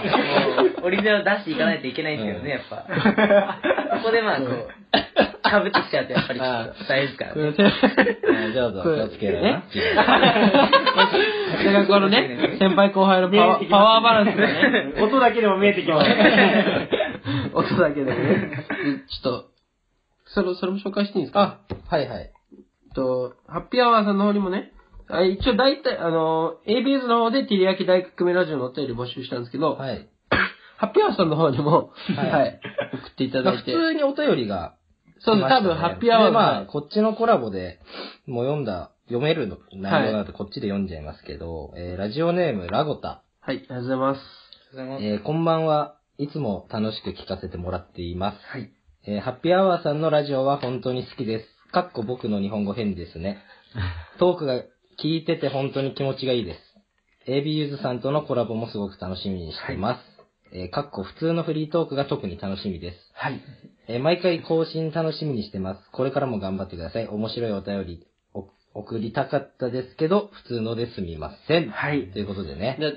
Speaker 4: もうオリジナル出していかないといけないんですけどね、やっぱ。ここでまあ、こう、被ってきちゃうとやっぱりちょっと大変ですから
Speaker 2: こ
Speaker 4: ね。
Speaker 2: れね
Speaker 3: 上手、気をつけろな。
Speaker 2: それがこのね、先輩後輩のパワーパワーバランスがね。
Speaker 1: 音だけでも見えてき ますね。
Speaker 2: 音だけでね。ちょっと、それ、それも紹介していいですか
Speaker 3: あ、はいはい。
Speaker 2: えっと、ハッピーアワーさんの方にもね、あ一応大体、あの、ABS の方でテりヤキ大革命ラジオのお便り募集したんですけど、
Speaker 3: はい。
Speaker 2: ハッピーアワーさんの方にも、は、
Speaker 3: はいい
Speaker 2: 送っていた
Speaker 3: ま
Speaker 2: だ
Speaker 3: あ
Speaker 2: い
Speaker 3: 普
Speaker 2: て、
Speaker 3: 通にお便りが、
Speaker 2: そうです、多
Speaker 3: 来ましたね
Speaker 2: 分ハッピーアワー
Speaker 3: でま
Speaker 2: は
Speaker 3: あ、
Speaker 2: い
Speaker 3: こっちのコラボで、もう読んだ、読めるの内容なんでこっちで読んじゃいますけど、えーラジオネーム、ラゴタ。
Speaker 2: はい、ありがとうございます。
Speaker 4: ありがとうございます
Speaker 3: えーこんばんは。いつも楽しく聞かせてもらっています。
Speaker 2: はい。
Speaker 3: えーハッピーアワーさんのラジオは本当に好きです。かっこ僕の日本語変で すね。トークが聞いてて本当に気持ちがいいです。AB ゆずさんとのコラボもすごく楽しみにしています。えーかっこ普通のフリートークが特に楽しみです。
Speaker 2: はい。
Speaker 3: えー毎回更新楽しみにしてます。これからも頑張ってください。面白いお便り、お送りたかったですけど、普通のですみません。
Speaker 2: はい
Speaker 3: ということでね。
Speaker 2: で、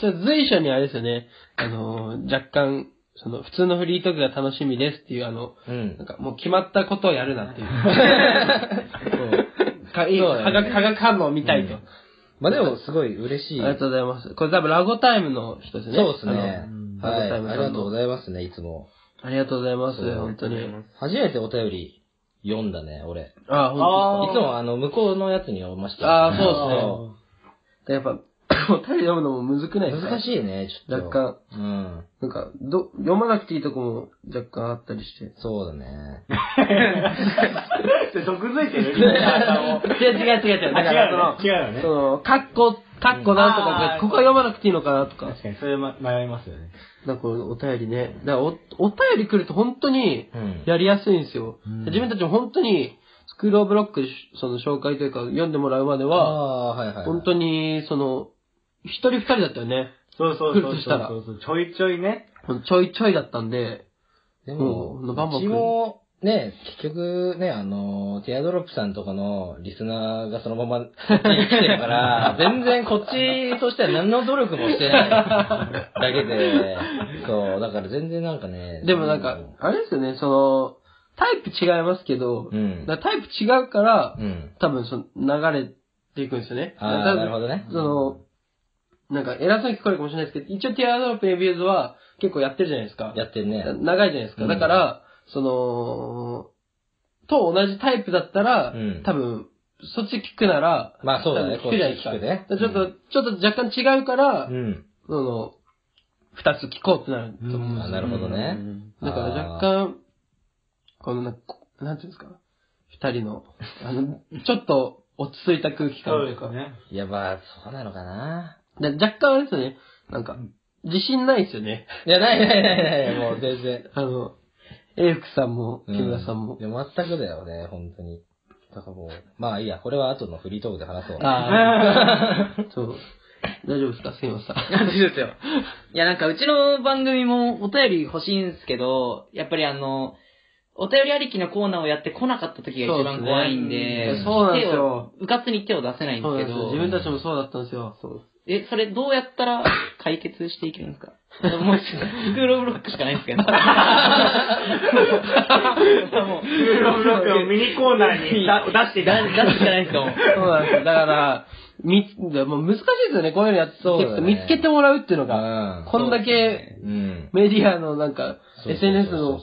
Speaker 2: ちょっと随所にあれですよね、あのー若干、その、普通のフリートークが楽しみですっていう、あの、
Speaker 3: うん
Speaker 2: なん。かもう決まったことをやるなっていう。 そう。かいい
Speaker 3: そうだね
Speaker 2: 化学化学反応を見たいと。
Speaker 3: うんまあでも、すごい嬉しい。
Speaker 2: ありがとうございます。これ多分ラゴタイムの人ですね。
Speaker 3: そうですね
Speaker 1: うん。
Speaker 3: は
Speaker 2: あり
Speaker 3: い。
Speaker 2: がとうございます
Speaker 3: ありがとうございますね、いつも。
Speaker 2: あの。ありがとうございます、
Speaker 3: そう
Speaker 2: 本当に。
Speaker 3: 初めてお便り読んだね、俺。い
Speaker 2: ああ、本
Speaker 1: あー
Speaker 3: つもあの、向こうのやつに読みました。
Speaker 2: あーそ当ですね。やっぱ、お便り読むのもむずくないですか
Speaker 3: 難
Speaker 2: い。
Speaker 3: しいね、ちょっと。
Speaker 2: 若
Speaker 3: 干。うん。
Speaker 2: なんか、ど、読まなくていいとこも若干あったりして。
Speaker 3: そうだね。
Speaker 1: で毒づいてるみたいな
Speaker 2: 違う違う違う違う。だか
Speaker 1: あ
Speaker 2: らそ
Speaker 1: 違う
Speaker 2: の、
Speaker 1: よね違うよね
Speaker 2: その、カッコ、カッコなんとか
Speaker 1: う、ん
Speaker 2: ここは読まなくていいのかなとか。
Speaker 1: 確かに、それま迷いますよね。
Speaker 2: なんかお便りね。だからお、お便り来ると本当に
Speaker 3: うん
Speaker 2: やりやすいんですよ。
Speaker 1: うん
Speaker 2: 自分たちも本当に、スクールオブロックでしその紹介というか読んでもらうまで
Speaker 3: あ
Speaker 2: は、
Speaker 3: あー、はいはいはい。
Speaker 2: 本当に、その、一人二人だったよね。
Speaker 1: そうそうそ
Speaker 2: 来る
Speaker 1: う
Speaker 2: とし
Speaker 1: そ
Speaker 2: たら
Speaker 1: うそう。ちょいちょいね。
Speaker 2: ほんとちょいちょいだったんで、
Speaker 3: で
Speaker 2: もうバンバン来る
Speaker 3: うちも、ね、結局ね、あの、ティアドロップさんとかのリスナーがそのまま 生きてるから、全然こっちとしては何の努力もしてないだ けで、そう、だから全然なんかね、
Speaker 2: でもなんか、あれですよね、その、タイプ違いますけど
Speaker 3: う、ん、
Speaker 2: だからタイプ違うから
Speaker 3: う、ん。
Speaker 2: 多分その流れていくんですよね。
Speaker 3: あ
Speaker 2: だから
Speaker 3: あ、なるほどね。
Speaker 2: その、なんか偉そうに聞こえるかもしれないですけど、一応ティアドロップレビューズは結構やってるじゃないですか。
Speaker 3: やってるね。
Speaker 2: 長いじゃないですか。
Speaker 3: うん
Speaker 2: だから、その、と同じタイプだったら、
Speaker 3: うん
Speaker 2: 多分、そっち聞くなら、
Speaker 3: まあそうだね、
Speaker 2: 多
Speaker 3: こ
Speaker 2: 分
Speaker 3: っ
Speaker 2: 聞
Speaker 3: ち
Speaker 2: くじゃないですか。
Speaker 3: 聞くね。
Speaker 2: ちょっと、ちょっと若干違うから、
Speaker 3: うん。
Speaker 2: その、二つ聞こうってなると思うんです
Speaker 3: あなるほどね
Speaker 1: うん
Speaker 2: だから若干、このな、なんていうんですか、二人の、あ の、ちょっと落ち着いた空気感
Speaker 1: そう
Speaker 2: と
Speaker 1: で
Speaker 2: いうか
Speaker 1: す、ね。
Speaker 3: いや、まあ、そうなのかな。
Speaker 2: で若干あれですよね、なんか、自信ないですよね。
Speaker 3: いや、ないないないない、もう全然。
Speaker 2: あの、英福さんも、
Speaker 3: うん
Speaker 2: 木村さんも。
Speaker 3: いや、全くだよね、本当に。だからもう、まあいいや、これは後のフリートークで話そう。
Speaker 2: そう。大丈夫ですかすいません。
Speaker 4: 大丈夫ですよ。いや、なんか、うちの番組もお便り欲しいんですけど、やっぱりあの、お便りありきのコーナーをやってこなかった時が一番怖いんで、
Speaker 2: そうっすねそうなんですよ
Speaker 4: 手をうかつに手を出せないん
Speaker 2: そう
Speaker 4: で
Speaker 2: なん
Speaker 4: す
Speaker 2: ですよ。
Speaker 4: けど
Speaker 2: 自、分たちもそうだったんですよ。そう
Speaker 4: え、それどうやったら解決していけるんですかもう、スクールオブロックしかないんです けど。もう、
Speaker 1: 収録録音ミニコーナーに だ出していただ
Speaker 4: だ
Speaker 1: いて
Speaker 4: 出すしかないんですかもう。
Speaker 2: なんですよ。だから、み、でも難しいですよね。こういうのやってて、
Speaker 3: そうだね
Speaker 2: 見つけてもらうっていうのが、
Speaker 3: う
Speaker 2: こんだけ
Speaker 3: ん。うん。
Speaker 2: メディアのなんか、
Speaker 3: そうそうそうそう
Speaker 2: SNS の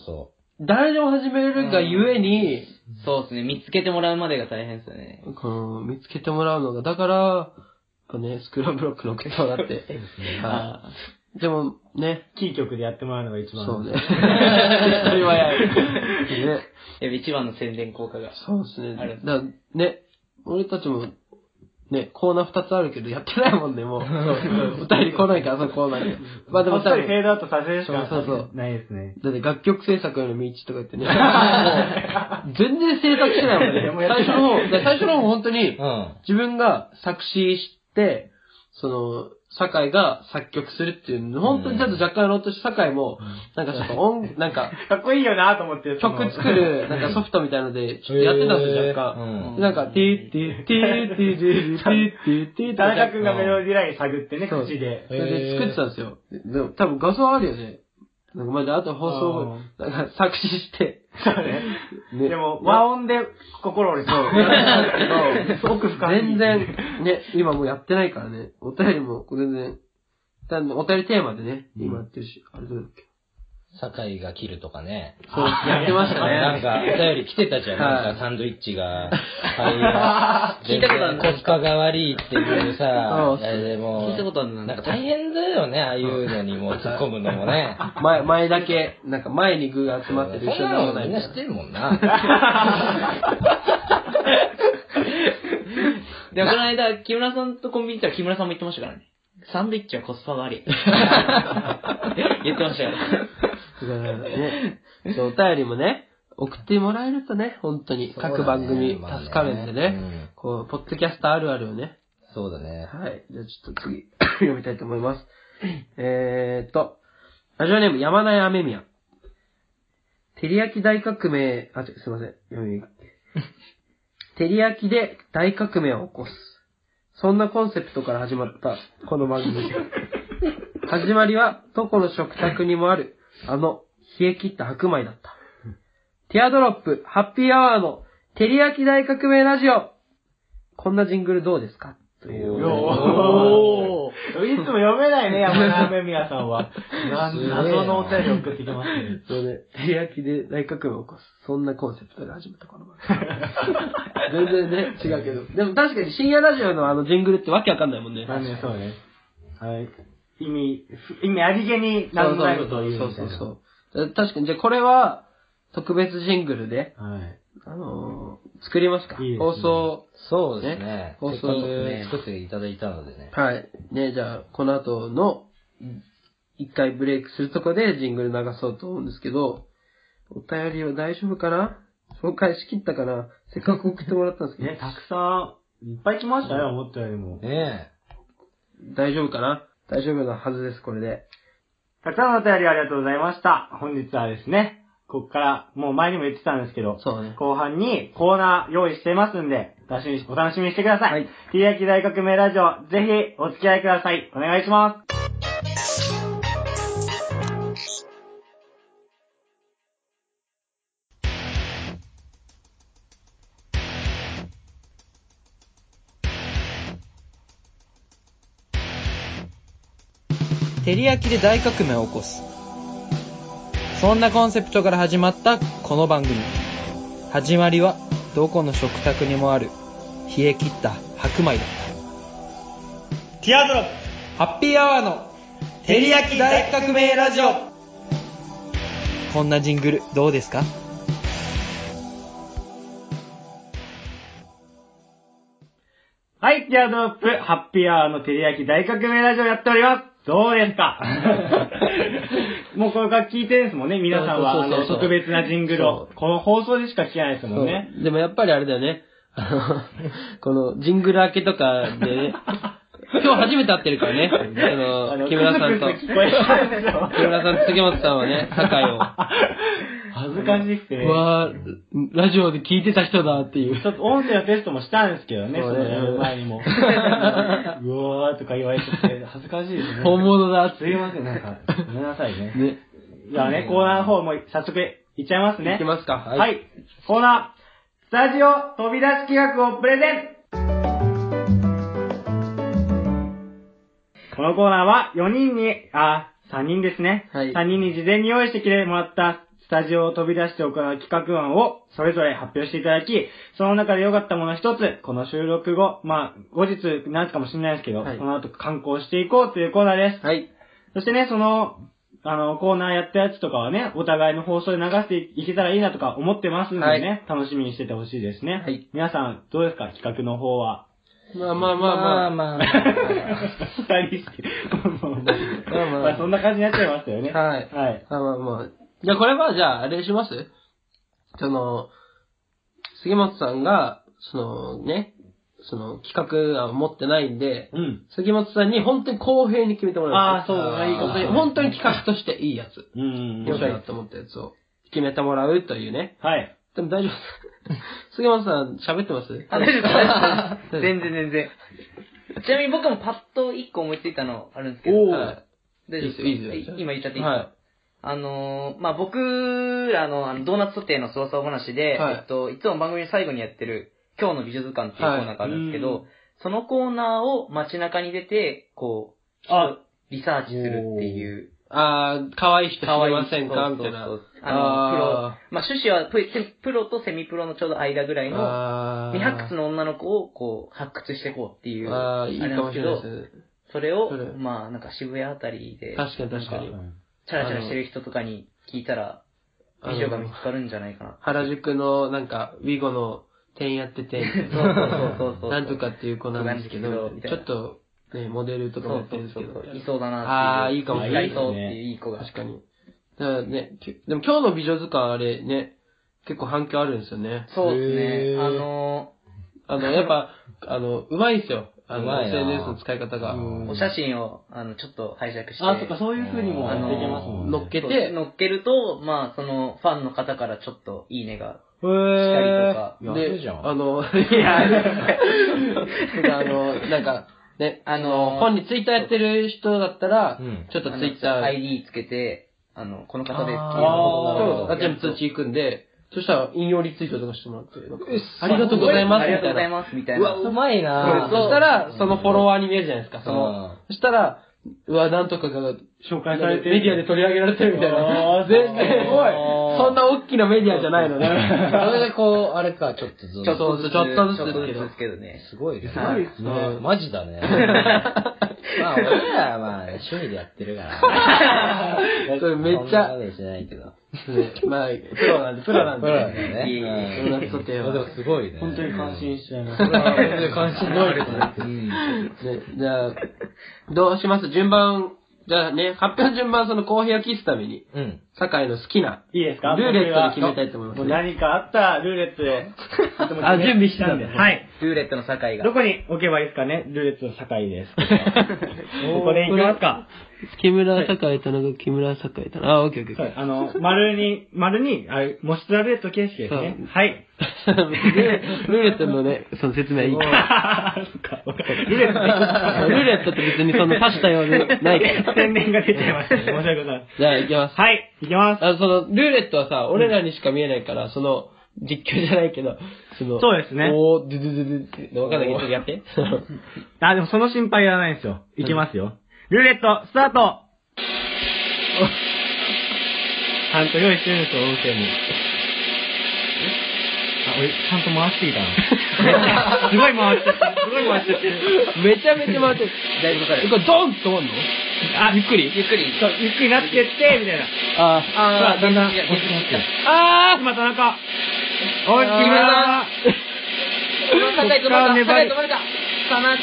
Speaker 2: 誰でも始めるがゆえに、
Speaker 4: そうですね、見つけてもらうまでが大変ですよね。
Speaker 2: この、見つけてもらうのが、だから、やっぱね、スクラブロックの送ってもらって。はいでも、ね、
Speaker 1: キー局でやってもらうのが一番。
Speaker 2: そうね。それはやる。ね。
Speaker 4: やっぱ一番の宣伝効果が。
Speaker 2: そうですね。
Speaker 4: あれ
Speaker 2: だね、俺たちも、ね、コーナー二つあるけど、やってないもんね、もう。お便り来ないから、そのコーナーに。まあで
Speaker 1: こ
Speaker 2: も
Speaker 1: っ
Speaker 2: 多
Speaker 1: そりフ
Speaker 2: 分、
Speaker 1: ェードアウトさせるしか
Speaker 2: そうそう
Speaker 1: ないですね。
Speaker 2: だって楽曲制作への道とか言ってね。もう全然制作してない
Speaker 1: いやも
Speaker 2: もん
Speaker 1: う
Speaker 2: ね。
Speaker 1: やっ
Speaker 2: 最
Speaker 1: て
Speaker 2: 初
Speaker 1: ない
Speaker 2: の方、だから最初の方本当に
Speaker 3: う、ん。
Speaker 2: 自分が作詞して、その、酒井が作曲するっていうの、本当にちょっと若干やろうとして、酒井も、なんかちょっと音、なんか、
Speaker 1: かっこいいよなと思って。その
Speaker 2: 曲作。る、なんかソフトみたいので、ちょっとやってたんですよ、若干。
Speaker 3: うん
Speaker 2: でなんか、てーてーてーてーてーてーてーてーっ て
Speaker 1: 田中くんがメロディライン探ってね、
Speaker 2: そう
Speaker 1: 口で。
Speaker 2: それで作ってたんですよ。でも多分画像あるよね。なんかまだあと放送、なんか作詞して。
Speaker 1: そうね。
Speaker 2: ね
Speaker 1: でも、和音で心折れ そう。すごく深い。
Speaker 2: 全然、ね、今もうやってないからね。お便りも全然、だお便りテーマでね、今やってるし、あれどうだっけ。
Speaker 3: 酒井が切るとかね。
Speaker 2: そう、やってました
Speaker 3: なん
Speaker 2: ね。
Speaker 3: か、お便り来てたじゃん。
Speaker 2: はい
Speaker 3: なんか、サンドイッチが、 はい
Speaker 4: 聞いたことある
Speaker 3: 全然コスパが悪いっていうさ
Speaker 2: そ、う
Speaker 3: あれでもう
Speaker 4: 聞いたことあるな
Speaker 3: なんか大変だよね、ああいうのにもう突っ込むの もね。
Speaker 2: 前、前だけ、なんか前に具が集まってる
Speaker 3: そ
Speaker 2: 人
Speaker 3: ん
Speaker 2: に
Speaker 3: な
Speaker 2: なら
Speaker 3: の
Speaker 2: な
Speaker 3: み
Speaker 2: い
Speaker 3: ん
Speaker 2: みたな
Speaker 3: ない知ってるもんな。
Speaker 4: でもこの間、木村さんとコンビニ行ったら木村さんも言ってましたからね。サンドイッチはコスパ が悪い。言ってましたよ。
Speaker 2: だからね、そう、お便りもね、送ってもらえるとね、本当に、各番組助かるんでね、
Speaker 3: うん
Speaker 2: こう、ポッドキャストあるあるをね、
Speaker 3: そうだね。
Speaker 2: はい。じゃあちょっと次、 読みたいと思います。えーっと、ラジオネーム、山内雨宮。照り焼き大革命、あ、ちょすいません。読み、照り焼きで大革命を起こす。そんなコンセプトから始まった、この番組。始まりは、どこの食卓にもある、あの、冷え切った白米だった。ティアドロップ、ハッピーアワーの、照り焼き大革命ラジオこんなジングルどうですかという。
Speaker 1: おー。いつも読め ないね、山田雨宮さんは。な
Speaker 3: すげえな
Speaker 1: 謎のお便り送ってきますね。
Speaker 2: それで、照り焼きで大革命を起こす。そんなコンセプトで始めたこの番 組。全然ね、違うけど。でも確かに深夜ラジオのあのジングルってわけわかんないもんね。
Speaker 1: まあね、そうね。はい。意味、意味ありげに何のないことを言う
Speaker 2: そ
Speaker 1: みた
Speaker 2: うそ
Speaker 1: いうな。
Speaker 2: そうそう。確かに、じゃあこれは、特別ジングルで、
Speaker 1: はい。
Speaker 2: あのー作りますか。
Speaker 1: いいですね
Speaker 2: 放送、
Speaker 3: そうですね。
Speaker 2: 放
Speaker 3: せ
Speaker 2: 送
Speaker 3: っかく作っていただいたのでね。
Speaker 2: はい。ね、じゃあ、この後の、一回ブレイクするとこでジングル流そうと思うんですけど、お便りは大丈夫かな紹介しきったかなせっかく送ってもらったんですけど
Speaker 1: ね、、たくさん、いっぱい来ましたね、思ったよりも。
Speaker 3: ね
Speaker 2: 大丈夫かな大丈夫なはずです、これで。
Speaker 1: たくさんのお便りありがとうございました。本日はですね、こっから、もう前にも言ってたんですけど、
Speaker 2: そうね。
Speaker 1: 後半にコーナー用意してますんで、楽しみにお楽しみにしてください。
Speaker 2: はい。
Speaker 1: ひやき大革命ラジオ、ぜひお付き合いください。お願いします。
Speaker 5: 照り焼きで大革命を起こすそんなコンセプトから始まったこの番組始まりはどこの食卓にもある冷え切った白米だったティアドロハッピーアワーの照り焼き大革命ラジオこんなジングルどうですか
Speaker 1: はい、ティアドロップ、ハッピーアワーの照り焼き大革命ラジオやっております。どうです かもうこれから聞いてるんですもんね、皆さんは。
Speaker 2: そう
Speaker 1: あ
Speaker 2: そうそう
Speaker 1: の、
Speaker 2: そう
Speaker 1: 特別なジングルを。この放送でしか聞けないですもんね。
Speaker 2: そうでもやっぱりあれだよね。あ の、この、ジングル明けとかで ね、今日初めて会ってるからね、あの、木村さんと、
Speaker 1: クスクス聞こえちゃうんですよ
Speaker 2: 木村さんと杉本さんはね、酒井を、
Speaker 1: 恥ずかしくて。
Speaker 2: うわぁ、ラジオで聞いてた人だっていう
Speaker 1: ち。ょっと音声のテストもしたんですけどね、
Speaker 2: そ
Speaker 1: そう
Speaker 2: ね
Speaker 1: のやる前に も。うわーとか言われちゃって、恥ずかしいですね。
Speaker 2: 本物だって
Speaker 1: すいません、なんか、ごめんなさいね。
Speaker 2: ね。
Speaker 1: じゃあね、コーナーの方も早速いっちゃいますね。
Speaker 2: いきますか。は
Speaker 1: はい、コーナー、スタジオ飛び出し企画をプレゼンこのコーナーは4人に、あ、3人ですね。
Speaker 2: はい
Speaker 1: 3人に事前に用意してきてもらったスタジオを飛び出して行う企画案をそれぞれ発表していただき、その中で良かったもの一つ、この収録後、まあ、後日になるかもしれないですけど、
Speaker 2: はい
Speaker 1: その後観光していこうというコーナーです。
Speaker 2: はい。
Speaker 1: そしてね、その、あの、コーナーやったやつとかはね、お互いの放送で流していけたらいいなとか思ってますんでね、
Speaker 2: はい
Speaker 1: 楽しみにしててほしいですね。
Speaker 2: はい
Speaker 1: 皆さん、どうですか企画の方 は。
Speaker 2: まあまあまあまあ。
Speaker 3: まあ まあ。
Speaker 1: 二人して。もうもう
Speaker 2: まあまあ
Speaker 1: まあそんな感じになっちゃいましたよね。
Speaker 2: はい
Speaker 1: はい。
Speaker 2: あ、まあまあ。じゃあこれは、じゃあ、あれしますその、杉本さんが、そのね、その企画案を持ってないんで、
Speaker 1: うん。
Speaker 2: 杉本さんに本当に公平に決めてもらい
Speaker 1: ああ
Speaker 2: ま、す。
Speaker 1: そうだ、いいこと
Speaker 2: 本当に
Speaker 1: 言う
Speaker 2: 本当に企画としていいやつ。
Speaker 1: うんうんう
Speaker 2: 良
Speaker 1: ん。
Speaker 2: かなと思ったやつを決めてもらうというね。
Speaker 1: はい。
Speaker 2: でも大丈夫です。杉本さん喋ってます。
Speaker 4: あ、大丈夫大丈夫 全然全然。ちなみに僕もパッと一個思いついたのあるんですけ
Speaker 1: お
Speaker 4: ど、
Speaker 1: ー
Speaker 2: はい。い
Speaker 4: 大
Speaker 2: いで
Speaker 4: 丈夫ですす
Speaker 2: よ、
Speaker 4: か
Speaker 2: いいですよ。
Speaker 4: 今言っちゃっていいですか
Speaker 2: は
Speaker 4: あのーまあ、僕らのあのドーナツソテーの操作話で、
Speaker 2: はい
Speaker 4: えっと、いつも番組の最後にやってる、今日の美術館っていうコーナーがあるんですけど、
Speaker 1: はいうん
Speaker 4: そのコーナーを街中に出て、こう、
Speaker 1: あ
Speaker 4: リサーチするっていう、
Speaker 2: い。ああ、可愛い人知り
Speaker 4: 可愛
Speaker 2: ませんか
Speaker 4: そう
Speaker 2: み
Speaker 4: そう
Speaker 2: た
Speaker 4: そう
Speaker 2: いな。
Speaker 4: あの、プロ、
Speaker 2: あ
Speaker 4: まあ、趣旨はププロとセミプロのちょうど間ぐらい
Speaker 2: ー
Speaker 4: の、
Speaker 2: あー
Speaker 4: 未発掘の女の子をこう、発掘していこうっていう、
Speaker 2: あ
Speaker 4: あ
Speaker 2: あ、いいか
Speaker 4: れなん
Speaker 2: も
Speaker 4: です
Speaker 2: しれ
Speaker 4: け
Speaker 2: ない
Speaker 4: ど、
Speaker 2: です。
Speaker 4: それを
Speaker 2: それ、
Speaker 4: まあ、なんか渋谷あたりで、
Speaker 2: 確かに確かに
Speaker 1: う。ん
Speaker 4: チャラチャラしてる人とかに聞いたら、
Speaker 2: あの
Speaker 4: 以上が見つかるんじゃないか なって。
Speaker 2: 原宿の、なんか、ウィゴの店員やってて、
Speaker 4: そうそうそうそ う。
Speaker 2: なんとかっていう子なんですけど、
Speaker 4: みたい
Speaker 2: ちょ
Speaker 4: な
Speaker 2: っと、ね、モデルとか
Speaker 4: そ
Speaker 2: もや
Speaker 4: う
Speaker 2: って
Speaker 4: そう
Speaker 2: るんです
Speaker 4: そ
Speaker 2: けど
Speaker 4: う。、いそうだなっていう。
Speaker 2: ああ、いいかもしれない
Speaker 4: い
Speaker 2: で
Speaker 1: ですすね
Speaker 2: ね
Speaker 4: そうっていういい子が。
Speaker 2: 確かに。だからね、きでも今日の美女図鑑あれね、結構反響あるんですよね。
Speaker 4: そうです
Speaker 1: へ
Speaker 4: ね。
Speaker 1: ー
Speaker 4: あの
Speaker 2: あの、やっぱ、あの、うまいんですよ。あ
Speaker 3: う
Speaker 2: の、
Speaker 3: まいな
Speaker 2: SNS の使い方が。
Speaker 1: うん
Speaker 4: ー、お写真を、あの、ちょっと拝借して。
Speaker 1: あ、そっか、そういう風にも
Speaker 4: あのー
Speaker 1: できますもんね。
Speaker 2: 乗っけ
Speaker 4: そう
Speaker 2: て、
Speaker 4: 乗っけると、まあ、その、ファンの方からちょっと、いいねが。
Speaker 1: へー
Speaker 4: 光とか
Speaker 1: いや
Speaker 2: で
Speaker 3: 安いじゃ、ん
Speaker 2: あの、 い や、てかあの、なんか、ね、
Speaker 4: あ
Speaker 2: あの
Speaker 4: の
Speaker 2: 本にツイッターやってる人だったら、
Speaker 3: うん
Speaker 2: ちょっとツイッタ
Speaker 4: あの
Speaker 2: ー、
Speaker 4: ID つけて、あの、この方です。
Speaker 1: あー
Speaker 2: あっちに通知行くんで、そしたら引用リツイートとかしてもらって、なんかあ
Speaker 3: あ
Speaker 2: り
Speaker 3: り
Speaker 2: がと
Speaker 3: がと
Speaker 2: うご
Speaker 3: うご
Speaker 2: ざ
Speaker 3: ざ
Speaker 2: い
Speaker 3: い
Speaker 2: ま
Speaker 3: ます
Speaker 4: あ
Speaker 2: みた
Speaker 4: りがとう
Speaker 2: い
Speaker 4: ござ
Speaker 2: な。
Speaker 4: います、みたいうな。
Speaker 3: わ、うまいな
Speaker 2: そしたら、そのフォロワーに見えるじゃないですか。そ
Speaker 3: うん
Speaker 2: のそしたら、うわ、なんとかが、
Speaker 1: 紹
Speaker 2: メ
Speaker 1: 介されてる。
Speaker 2: ディアで取り上げられてるみたい
Speaker 1: あ
Speaker 2: な。
Speaker 1: ー
Speaker 2: 全然、すごい。そんな大きなメディアじゃないのね。
Speaker 3: それでこう、あれか、ちょっとず
Speaker 4: ちょっ
Speaker 3: つ。
Speaker 4: とずつ、
Speaker 2: ちょっとずつ
Speaker 4: ちょっとず
Speaker 2: ちょっとずつ
Speaker 4: つですけどね。
Speaker 3: すごいね。
Speaker 1: すごいですね
Speaker 3: うんマジだね。まあ、俺らはまあ、趣味でやってるから。
Speaker 2: それめっちゃ
Speaker 3: そんなことしないけど。
Speaker 2: まあ、プロなんで、プロなんで
Speaker 3: プロなんだよ
Speaker 4: いい
Speaker 3: ね。
Speaker 2: ドーナツソテーは
Speaker 3: でもすごいね。
Speaker 1: 本当に感心しちゃいます。
Speaker 3: うん。本当に感心すごいですね。
Speaker 2: ね。じゃあ、どうします順番じゃあね、発表の順番その公平を期すために、
Speaker 3: うん。
Speaker 2: 酒井の好きな、
Speaker 1: いいですか
Speaker 2: ルーレットで決めたいと思います
Speaker 1: もう何かあったらルーレットで。
Speaker 2: あ準備してたん
Speaker 1: で。
Speaker 2: だ
Speaker 1: はい。
Speaker 4: ルーレットの酒井が
Speaker 1: ど。こに置けばいいですかねルーレットの酒井です。 ここで行きますか。
Speaker 2: 木村酒井、田中、木村酒井、田中、あ、オッケーオッケー
Speaker 1: そ
Speaker 2: オ
Speaker 1: うあの、丸に、丸に、あれ、模したルーレット形式ですね
Speaker 2: そう。
Speaker 1: はい。
Speaker 2: ッケー。 ルーレットのね、その説明いい。ルー
Speaker 1: そっかわかるルーレット
Speaker 2: レットって別にそんな刺したようでないか ら。
Speaker 1: 宣伝が出ちゃいましたね。申し訳ございま
Speaker 2: じゃあ行きます
Speaker 1: せん。。はい、行きます。
Speaker 2: あその、ルーレットはさ、俺らにしか見えないから、その、実況じゃないけど、その、
Speaker 1: そうですね
Speaker 2: おー、ドゥドゥドゥドゥって、わかんないけど、ちょっとやって。
Speaker 1: あ、でもその心配はないんですよ。行きますよ。ルーレット、スタートちゃんと用意してるんですよ、音声も。あ、俺、ちゃんと回して いいかな。すごい回してる、すごい回してる。
Speaker 2: めちゃめちゃ回ってる。
Speaker 4: だいぶかか
Speaker 2: え
Speaker 4: る。
Speaker 2: これドンって終わんの
Speaker 1: あ、ゆっくり
Speaker 4: ゆっくり。
Speaker 1: そう、ゆっくりなってって、みたいな。
Speaker 2: あ
Speaker 4: あ
Speaker 1: ほら
Speaker 4: ー、
Speaker 1: だんだん、
Speaker 4: いやいや
Speaker 1: 押してもらってる
Speaker 2: あ
Speaker 1: 今、田中。おい、木村
Speaker 4: あ 酒井止ま
Speaker 1: こ
Speaker 4: れ
Speaker 1: っか
Speaker 4: た。
Speaker 1: ら
Speaker 4: 酒
Speaker 1: 粘り
Speaker 4: 井止まれた。田中。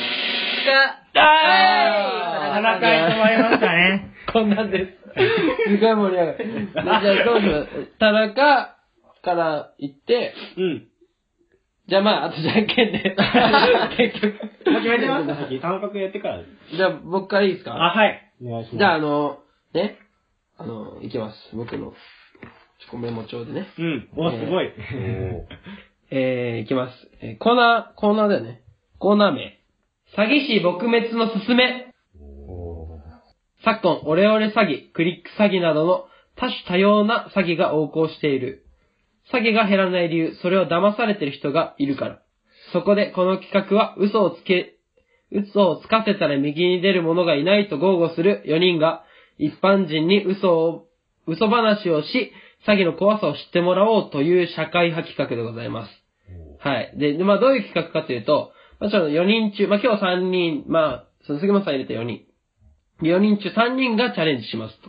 Speaker 2: あ
Speaker 1: 田中へ止まりましたね。
Speaker 2: こんなんです。すごい盛り上がる。じゃあどうしよう。田中から行って、
Speaker 1: うん。
Speaker 2: じゃあまあ、あとじゃんけんで。結局。
Speaker 1: もう決めてます先、単角やってから。
Speaker 2: じゃあ僕からいいですか
Speaker 1: あ、はい。お願いします。
Speaker 2: じゃあ、あの、ね、あの、いきます。僕の、ちょこメモ帳でね。
Speaker 1: うん。お、すごい。
Speaker 2: えー、いきます。えーコーナー、コーナーだよね。コーナー名。詐欺師撲滅のすすめ。昨今、オレオレ詐欺、クリック詐欺などの多種多様な詐欺が横行している。詐欺が減らない理由、それを騙されてる人がいるから。そこで、この企画は嘘をつけ、嘘をつかせたら右に出る者がいないと豪語する4人が、一般人に嘘を、嘘話をし、詐欺の怖さを知ってもらおうという社会派企画でございます。はい。で、でまあどういう企画かというと、まあちょっと4人中、まあ今日3人、まあ、その杉本さん入れた4人。4人中3人がチャレンジしますと。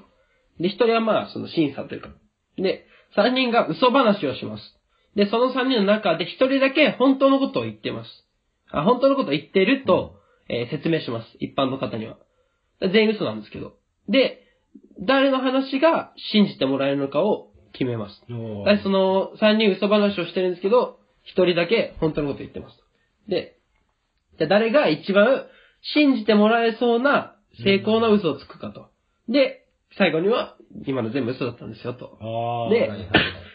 Speaker 2: で、1人はまあその審査というか。で、3人が嘘話をします。で、その3人の中で1人だけ本当のことを言ってます。あ、本当のことを言っていると、えー説明します。一般の方には。全員嘘なんですけど。で、誰の話が信じてもらえるのかを決めます。
Speaker 1: お
Speaker 2: 私その、三人嘘話をしてるんですけど、一人だけ本当のこと言ってます。で、じゃあ誰が一番信じてもらえそうな成功な嘘をつくかと。で、最後には、今の全部嘘だったんですよと。
Speaker 1: あー
Speaker 2: で、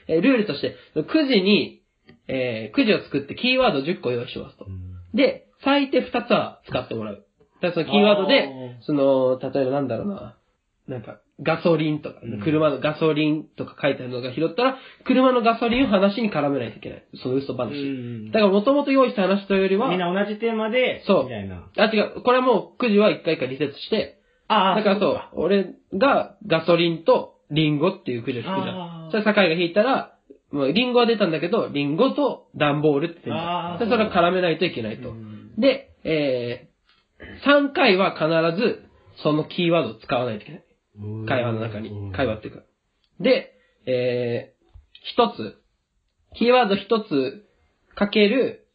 Speaker 2: えールールとして、9時に、えー、くじを作ってキーワード10個用意しますと。で、最低2つは使ってもらう。だからそのキーワード
Speaker 1: あ
Speaker 2: で
Speaker 1: ー、
Speaker 2: その、例えばなんだろうな、なんか、ガソリンとか、車のガソリンとか書いてあるのが拾ったら、車のガソリンを話に絡めないといけない。その嘘
Speaker 1: う
Speaker 2: 話。
Speaker 1: ん
Speaker 2: だから元々用意した話というよりは
Speaker 1: みん、な同じテーマで、
Speaker 2: そう
Speaker 1: みたいな。
Speaker 2: あ、違う、これはもうくじは1回かリセットして、
Speaker 1: あ
Speaker 2: だからそう、俺がガソリンとリンゴっていうくじを引くじゃ
Speaker 1: あ
Speaker 2: ん。
Speaker 1: ー
Speaker 2: それ酒井が引いたら、まあ、リンゴは出たんだけど、リンゴと段ボールって出
Speaker 1: あ
Speaker 2: た。
Speaker 1: ー
Speaker 2: で、それを絡めないといけないと
Speaker 1: うん。
Speaker 2: で、えー、3回は必ずそのキーワードを使わないといけない。会話の中に。会話っていうか。で、えー、1つ、キーワード1つかける、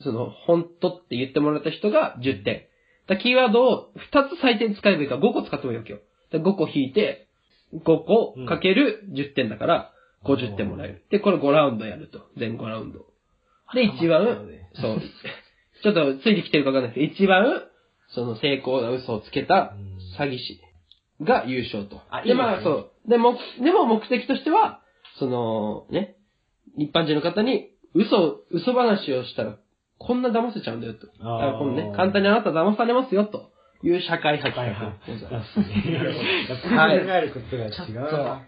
Speaker 2: その、本当って言ってもらった人が10点。だからキーワードを2つ最低使えばいいから5個使ってもいいわけよ。だ5個引いて、5個かける10点だから、50点もらえる。で、これ5ラウンドやると。全5ラウンド。で、一番、そう。 ちょっとついてきてるかわかんないですけど、一番、その成功な嘘をつけた詐欺師が優勝と。で、まあそう。で、も、でも目的としては、その、ね、一般人の方に嘘を、嘘話をしたら、こんな騙せちゃうんだよと。だ
Speaker 1: あー
Speaker 2: からこのね、簡単にあなた騙されますよという社会派
Speaker 1: はい
Speaker 2: 企
Speaker 1: は
Speaker 2: 画でござい
Speaker 1: い。や
Speaker 2: ま
Speaker 1: っ
Speaker 2: す。
Speaker 1: ぱり考えることが違うな。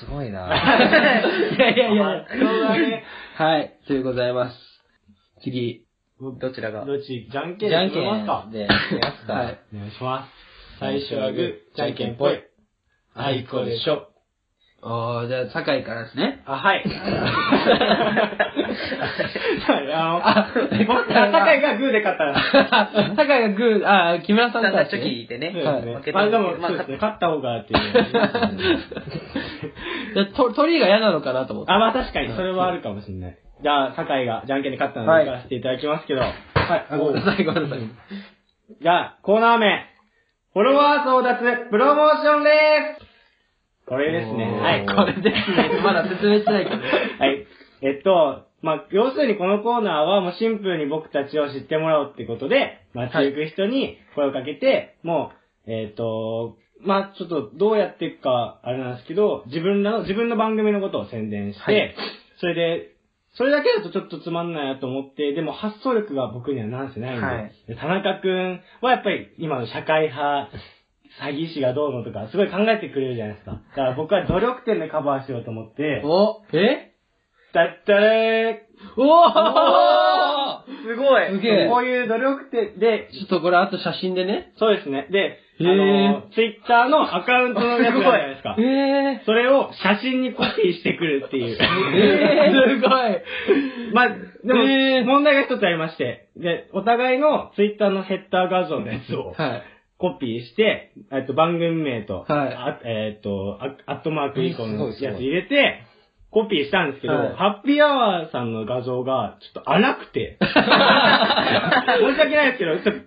Speaker 3: すご いな
Speaker 2: いやいやいや。
Speaker 1: ね
Speaker 2: はい、というございます。次。
Speaker 4: どちらが
Speaker 1: どっち、じゃんけん
Speaker 3: じゃん
Speaker 1: 決めますか
Speaker 3: けんで、決めますか。
Speaker 2: はい。
Speaker 1: お願いします。最初はグー、じゃんけんぽい。あいこでしょ。
Speaker 2: おー、じゃあ、酒井からですね。
Speaker 1: あ、 はい。あ
Speaker 2: あ
Speaker 1: の、僕、酒井がグーで勝ったら。
Speaker 2: 酒井がグー、あー、木村さん
Speaker 4: だ
Speaker 2: か
Speaker 4: ん
Speaker 2: ら
Speaker 4: だん
Speaker 2: です
Speaker 4: チョ
Speaker 2: ね
Speaker 4: キ引いてね。
Speaker 1: そうですね
Speaker 4: 負け
Speaker 1: まあ
Speaker 4: たん
Speaker 1: で
Speaker 4: だけ
Speaker 1: も
Speaker 4: ど、ま
Speaker 1: そ
Speaker 4: あ
Speaker 1: うですね、勝った方がって いう。
Speaker 2: じゃあと鳥が嫌なのかなと思って。
Speaker 1: あ、まあ確かに、それはあるかもしれない。じゃあ、酒井がじゃんけんで勝ったの
Speaker 2: はい
Speaker 1: で、行かせていただきますけど。はい
Speaker 2: あ、ごめんなさい、ごめんなさい。
Speaker 1: じゃあ、コーナー名。フォロワー争奪プロモーションですこれですね。はい。
Speaker 2: これですね。まだ説明してないけ ど。
Speaker 1: はい。えっと、まあ、要するにこのコーナーはもうシンプルに僕たちを知ってもらおうってことで、街行く人に声をかけて、もう、えっ、と、まあ、ちょっとどうやっていくか、あれなんですけど、自分らの、自分の番組のことを宣伝して、それで、それだけだとちょっとつまんないなと思って、でも発想力が僕にはなんせないんで、
Speaker 4: はい
Speaker 1: で田中くんはやっぱり今の社会派、詐欺師がどうのとか、すごい考えてくれるじゃないですか。だから僕は努力点でカバーしようと思って、
Speaker 2: おえ
Speaker 1: だったれ
Speaker 2: おお
Speaker 4: すごい。
Speaker 2: すげえ
Speaker 1: こういう努力って、で、
Speaker 2: ちょっとこれあと写真でね。
Speaker 1: そうですね。で、あ
Speaker 2: へ
Speaker 1: の、ツイッターのアカウントのやつがあるじゃないですか。
Speaker 2: え
Speaker 1: それを写真にコピーしてくるって いう。
Speaker 2: ー、 えー、すごい。
Speaker 1: まあ、でも、問題が一つありまして、で、お互いのツイッターのヘッダー画像のやつを
Speaker 2: はい。
Speaker 1: コピーして、えっと、番組名と、
Speaker 2: はい
Speaker 1: あえっと、アアットマーク以降の
Speaker 3: えーすごいすごい
Speaker 1: やつ入れて、コピーしたんですけど、
Speaker 2: はい
Speaker 1: ハッピーアワーさんの画像がちょっと荒く て、申し訳ないですけど、ちょっと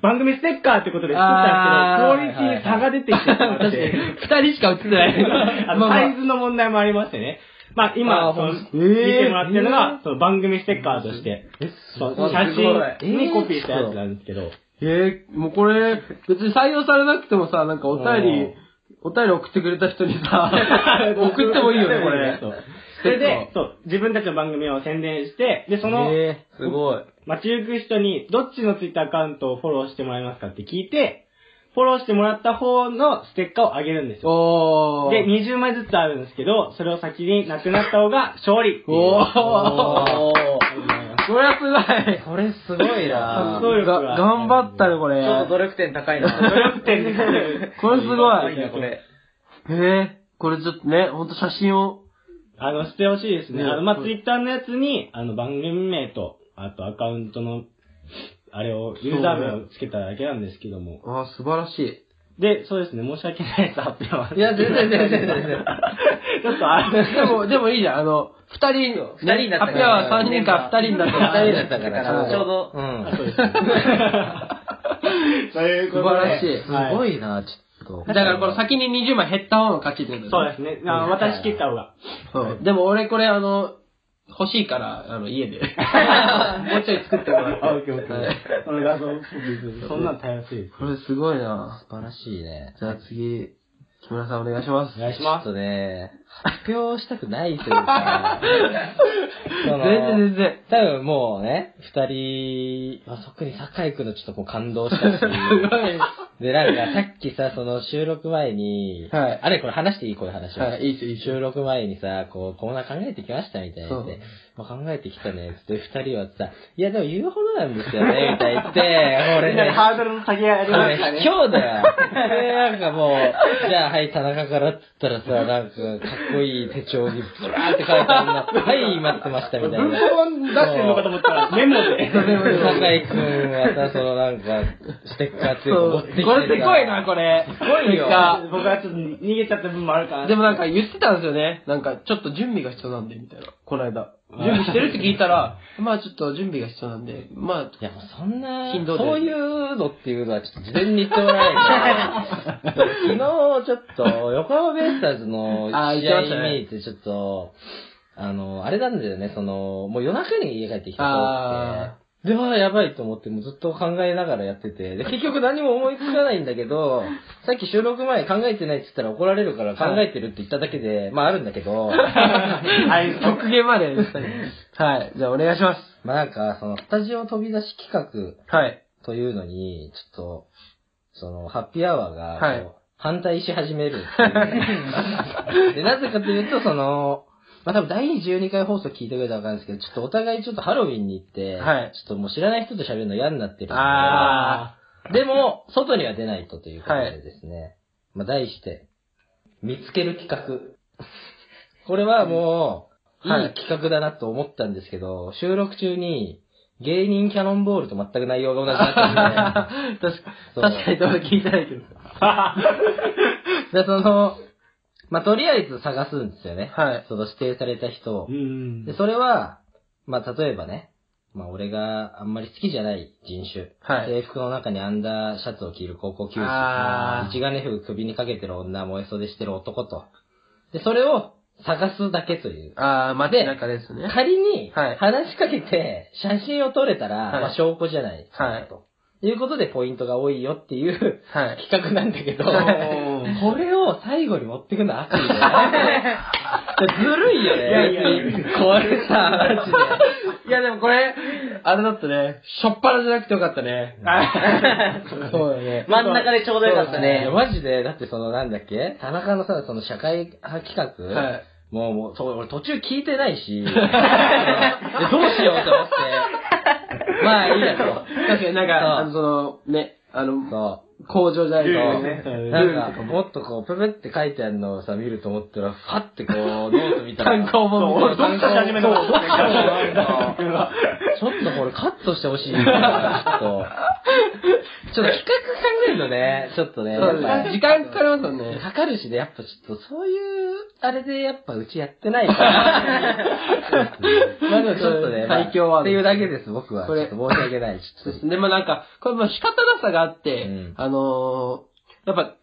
Speaker 1: 番組ステッカーってことで作ったんですけど、クオリティに差が出てきてしまっ
Speaker 2: 確かに、
Speaker 1: て、
Speaker 2: 二人しか写ってない。
Speaker 1: あの、サイズの問題もありましてね。まあ、今、
Speaker 2: あー
Speaker 1: その、
Speaker 2: ほん
Speaker 1: 見てもらってるの
Speaker 2: えー
Speaker 1: が、その番組ステッカーとして、そう
Speaker 4: ごい
Speaker 1: 写
Speaker 4: す
Speaker 1: 真にコピーしたやつなんですけど、
Speaker 2: えー、もうこれ、別に採用されなくてもさ、なんかお便り、お便り送ってくれた人にさ、送ってもいいよね、これ。
Speaker 1: そうそれで、そう、自分たちの番組を宣伝して、で、その、
Speaker 2: えー、
Speaker 3: すごい。
Speaker 1: 街行く人に、どっちのツイッターアカウントをフォローしてもらえますかって聞いて、フォローしてもらった方のステッカーをあげるんですよ。
Speaker 2: おー。
Speaker 1: で、20枚ずつあるんですけど、それを先になくなった方が勝利っていう。
Speaker 2: おー。
Speaker 3: おー。
Speaker 2: これはすごい。
Speaker 3: これすごいな
Speaker 1: 発想力が
Speaker 2: が頑張ったね、こ
Speaker 4: ちょっと努
Speaker 2: れ。
Speaker 4: 力点高いな。
Speaker 1: 努力点です。
Speaker 2: これすご
Speaker 4: 高い
Speaker 2: い。
Speaker 4: な、これ。
Speaker 2: えー、これちょっとね、ほんと写真を。
Speaker 1: あの、してほしいですね。
Speaker 2: ね
Speaker 1: あの、まあ、
Speaker 2: うん
Speaker 1: ツイッターのやつに、あの、番組名と、あとアカウントの、あれを、ユーザー名をつけただけなんですけども。
Speaker 2: あー、素晴らしい。
Speaker 1: で、そうですね、申し訳ないです、発表は。
Speaker 2: いや全然全然全然
Speaker 1: ちょっと、あの、
Speaker 2: でも、でもいいじゃん。あの、二人、
Speaker 4: 二人になった
Speaker 2: ハ
Speaker 4: か
Speaker 2: ッピー
Speaker 4: ら
Speaker 2: アワー三人か二人になった
Speaker 3: 二
Speaker 2: から。
Speaker 3: 人だったから、
Speaker 4: ちょうど
Speaker 3: うん。
Speaker 1: そうですね。ということで。
Speaker 2: 素晴らし
Speaker 3: す
Speaker 1: は
Speaker 3: ごいなちょっと。
Speaker 2: だからこの先に20枚減った方の勝ちってこと
Speaker 1: そう
Speaker 2: ね
Speaker 1: ですね。あの私切った方が。
Speaker 2: そう。でも俺これあの、欲しいから、あの、家で。もうちょい作ってもらって。
Speaker 1: あ、オッケーオッケ
Speaker 2: はい
Speaker 1: ー。この画像、そんなのたやすいです。
Speaker 2: これすごいな
Speaker 3: 素晴らしいね。
Speaker 2: じゃあ次、木村さんお願いします
Speaker 1: お。願いし
Speaker 3: ちょ
Speaker 1: ま
Speaker 3: っ
Speaker 1: す。
Speaker 3: とね、発表したくないという か、そ
Speaker 2: 全
Speaker 3: の
Speaker 2: 然全然。
Speaker 3: 多分もうね、二人、まあ、特に酒井くんのちょっとこう感動したし、
Speaker 2: すごい。
Speaker 3: で、なんかさっきさ、その収録前に、
Speaker 2: はい
Speaker 3: あれこれ話していいこういう話を。
Speaker 2: はい、いいっすよ、いいっすよ。
Speaker 3: 収録前にさ、こう、コーナー考えてきましたみたいに言って、まあ、考えてきたね、つって二人はさ、いやでも言うほどなんですよね、みたいに 言って、俺
Speaker 1: みんなで
Speaker 3: ね、
Speaker 1: ハードルの下げありましたね。
Speaker 3: 今日だよ。で、なんかもう、じゃあ、はい、田中からって言ったらさ、なんか、かっこいい手帳に、ブラーって書いてあるな。はい、待ってました、みたい
Speaker 1: 文
Speaker 3: な。
Speaker 1: 庫本出してるのかと思ったら、メモで。
Speaker 3: 酒井くんはさ、そのなんか、ステッカーっていうの持
Speaker 2: そう
Speaker 3: ってきて
Speaker 2: これすごいな、これ。すごいよ。
Speaker 1: 僕はちょっと逃げちゃった部分もあるから。
Speaker 2: でもなんか言ってたんですよね。なんかちょっと準備が必要なんで、みたいな。この間。準備してるって聞いたら、まあちょっと準備が必要なんで、まあ、
Speaker 3: いや、もうそんな
Speaker 2: 頻、度で
Speaker 3: そういうのっていうのはちょっと事前に言ってもらえ ないと昨日、ちょっと、横浜ベイスターズの
Speaker 2: あー
Speaker 3: 試
Speaker 2: 言ってま
Speaker 3: 合
Speaker 2: したね
Speaker 3: 見に行って、ちょっと、あの、あれなんだよね、その、もう夜中に家帰ってきた
Speaker 2: あ
Speaker 3: 子で、わあ、やばいと思って、もうずっと考えながらやってて、で、結局何も思いつかないんだけど、さっき収録前に考えてないって言ったら怒られるから考えてるって言っただけで、まああるんだけ ど、
Speaker 1: はい、
Speaker 2: 極限までですね。はい。じゃあお願いします。
Speaker 3: まあなんか、その、スタジオ飛び出し企画、
Speaker 2: はい。
Speaker 3: というのに、ちょっと、その、ハッピーアワーが、
Speaker 2: はい
Speaker 3: こう反対し始めるって いう。で、なぜかというと、その、まあ、多分第12回放送聞いてくれたらわかるんですけど、ちょっとお互いちょっとハロウィンに行って、
Speaker 2: はい
Speaker 3: ちょっともう知らない人と喋るの嫌になってるんで
Speaker 2: あ
Speaker 3: でも、外には出ないとということでですね、まあ、題して、見つける企画。これはもう、い
Speaker 2: はい
Speaker 3: い企画だなと思ったんですけど、収録中に、芸人キャノンボールと全く内容が同じだったん で、
Speaker 2: 確か
Speaker 3: そう
Speaker 2: 確かに、どう聞いてないけど。
Speaker 3: で、その、まあ、とりあえず探すんですよね。
Speaker 2: はい。
Speaker 3: その指定された人を
Speaker 1: う。ん
Speaker 3: で、。それは、まあ、例えばね、まあ俺があんまり好きじゃない人種。
Speaker 2: はい
Speaker 3: 制服の中にアンダーシャツを着る高校球児。
Speaker 2: あー
Speaker 3: 一眼レフ首にかけてる女、燃え袖してる男と。で、それを探すだけという。
Speaker 2: あー、街中ですね。
Speaker 3: 仮に、
Speaker 2: はい
Speaker 3: 話しかけて写真を撮れたら、
Speaker 2: はい
Speaker 3: まあ証拠じゃない。
Speaker 2: はい
Speaker 3: と。いうことでポイントが多いよっていう
Speaker 2: はい。
Speaker 3: 企画なんだけど、
Speaker 1: はい
Speaker 3: これを最後に持ってくの 悪意だよ。ずるいよね。
Speaker 1: いやいやい
Speaker 3: これさ、マジで。
Speaker 2: いや、でもこれ、あれだったね。しょっぱなじゃなくてよかったね。そうだね。
Speaker 4: 真ん中でちょうどよかった
Speaker 3: い
Speaker 4: ね
Speaker 3: や。マジで、だってそのなんだっけ田中のさ、その社会派企画、
Speaker 2: はい
Speaker 3: もう、もう、そう俺途中聞いてな いし、でどうしようと思って、まあいいやと。
Speaker 2: 確かになん
Speaker 3: そう
Speaker 2: か、あの、その、ね、あの、
Speaker 3: そ
Speaker 2: 工場じゃない
Speaker 1: ルール
Speaker 2: と。
Speaker 1: ねル
Speaker 3: う。
Speaker 2: ール
Speaker 3: なんか、もっとこう、ペペって書いてあるのをさ、見ると思ったら、ファってこう、ノート見たら。
Speaker 2: 観光
Speaker 1: そう、
Speaker 2: 本
Speaker 1: 俺、
Speaker 2: みた
Speaker 1: ど
Speaker 2: い
Speaker 1: っ
Speaker 2: な
Speaker 1: かし始めたかった
Speaker 3: そうなんか
Speaker 1: 君は
Speaker 3: ちょっとこれカットしてほしい。ちょっと。ちょっと企画考えるのね、ちょっとね。
Speaker 2: そう
Speaker 3: やっぱ
Speaker 2: だね時間かかりますもんね。
Speaker 3: かかるしね、やっぱちょっとそういう、あれでやっぱうちやってないから。まあでもちょっとね、
Speaker 2: 最強ワード
Speaker 3: まあっていうだけです、僕は。ち
Speaker 2: こ
Speaker 3: ょ
Speaker 2: れ
Speaker 3: っと申し訳ない。ち
Speaker 2: そ
Speaker 3: ょ
Speaker 2: う
Speaker 3: っ
Speaker 2: です
Speaker 3: と
Speaker 2: ね。まあなんか、これも仕方なさがあって、
Speaker 3: うん
Speaker 2: あのー、やっぱ、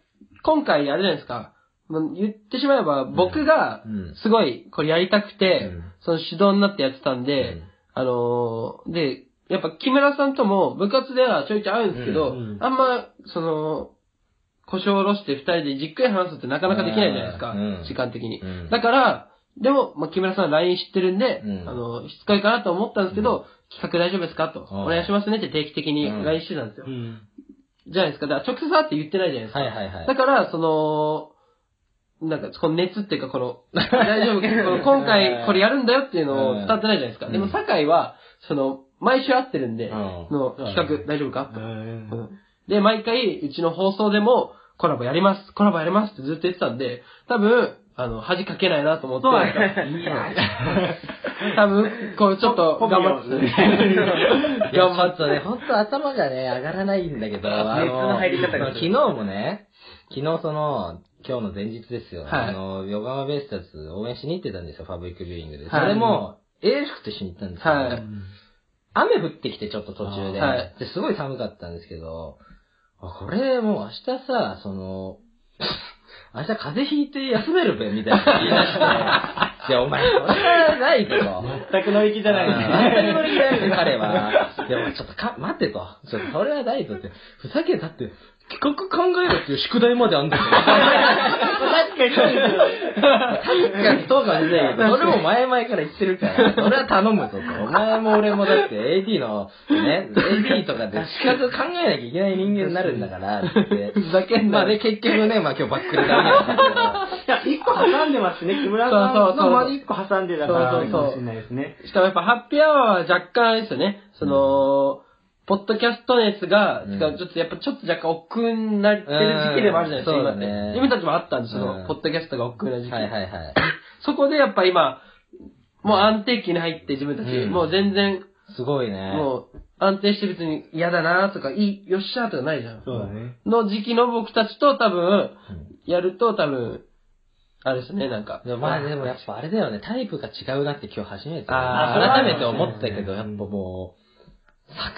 Speaker 2: 今回あれじゃないですか、まあ言ってしまえば僕が
Speaker 3: うん、
Speaker 2: すごいこれやりたくて、
Speaker 3: うん
Speaker 2: その指導になってやってたんで、
Speaker 3: うん
Speaker 2: あのー、で、やっぱ木村さんとも部活ではちょいちょい会うんですけど、
Speaker 1: うんうん
Speaker 2: あんま、その、腰を下ろして二人でじっくり話すってなかなかできないじゃないですか、
Speaker 3: うん
Speaker 2: 時間的に。
Speaker 3: うん
Speaker 2: だから、でも、まあ、木村さん LINE 知ってるんで、
Speaker 3: うん
Speaker 2: あの、しつこいかなと思ったんですけど、企画大丈夫ですかと、
Speaker 3: うん
Speaker 2: お願いしますねって定期的に
Speaker 3: うん
Speaker 2: LINE してたんです よ。
Speaker 1: うん
Speaker 2: じゃないですか。だから直接会って言ってないじゃないですか。
Speaker 3: はいはいはい
Speaker 2: だ。から、その、なんか、この熱っていうか、この、大丈夫、この今回これやるんだよっていうのを伝わってないじゃないですか。
Speaker 3: うん
Speaker 2: でも、酒井は、その、毎週会ってるんで、
Speaker 3: うん
Speaker 2: の企
Speaker 1: う
Speaker 2: 画大丈夫か
Speaker 1: う
Speaker 2: と、
Speaker 1: ん
Speaker 2: うんで、毎回、うちの放送でも、コラボやります、コラボやりますってずっと言ってたんで、多分、あの、恥かけないなと思って、
Speaker 1: そうなんだ
Speaker 2: 多分、こう、ちょっと、頑張って
Speaker 3: いや、ちょっとね、ほんと頭がね、上がらないんだけど、あ
Speaker 4: 熱の入り方が
Speaker 3: 昨日もね、昨日その、今日の前日ですよ。
Speaker 2: はい
Speaker 3: あの、横浜ベイスターズ応援しに行ってたんですよ、パブリックビューイングで。そ
Speaker 2: はい
Speaker 3: れも、英服と一緒に行ったんですよ。
Speaker 2: はい
Speaker 3: 雨降ってきてちょっと途中で,、
Speaker 2: あーはい
Speaker 3: ですごい寒かったんですけど、あこれもう明日さ、その、 明日風邪ひいて休めるべみたいな言い出 して、いやお前それはないと。
Speaker 1: 全く乗り気じゃない
Speaker 3: あー当たり
Speaker 1: ね。
Speaker 3: 前だよね彼は。でも、ちょっとか、待てと。ちょっと、それはないとって。ふざけんなって、企画考えろっていう宿題まであんだよ。
Speaker 1: 確かにそうですよね。
Speaker 3: 確かにそうかもしれないけど、それも前々から言ってるから、それは頼むぞと。お前も俺もだって AD の、ね、AD とかで企画考えなきゃいけない人間になるんだから、って。
Speaker 2: ふざけん
Speaker 3: ま
Speaker 2: な
Speaker 3: あね、結局ね、まあ今日バックでダメだっ
Speaker 1: い
Speaker 3: た
Speaker 1: や、一個挟んでますね。木村さんのまで一個挟んでだから、
Speaker 2: そ
Speaker 1: そうう
Speaker 2: そうそう
Speaker 1: かもしれないですね。
Speaker 2: しかもやっぱハッピーアワーは若干あれですよね。その、ポッドキャスト熱が、
Speaker 3: うん
Speaker 2: てかちょっとやっぱちょっと若干億劫になってる時期でもあるじゃないですか、
Speaker 3: うん
Speaker 2: 今っ
Speaker 3: そうだね
Speaker 2: て。君たちもあったんですよ、その
Speaker 3: うん
Speaker 2: ポッドキャストが億劫な 時期。
Speaker 3: けど。はいはいはい。
Speaker 2: そこでやっぱ今、もう安定期に入って自分たち、
Speaker 3: うん
Speaker 2: もう全然、
Speaker 3: すごいね。
Speaker 2: もう安定して別に嫌だなとか、いい、よっしゃーとかないじゃん。
Speaker 1: そうだね。
Speaker 2: の時期の僕たちと多分、やると多分、あれですね、なんか。
Speaker 3: でもまあでもやっぱあれだよね、タイプが違うなって今日初めて。
Speaker 2: あ
Speaker 1: ー
Speaker 3: 改めて思ったけど、やっぱもう、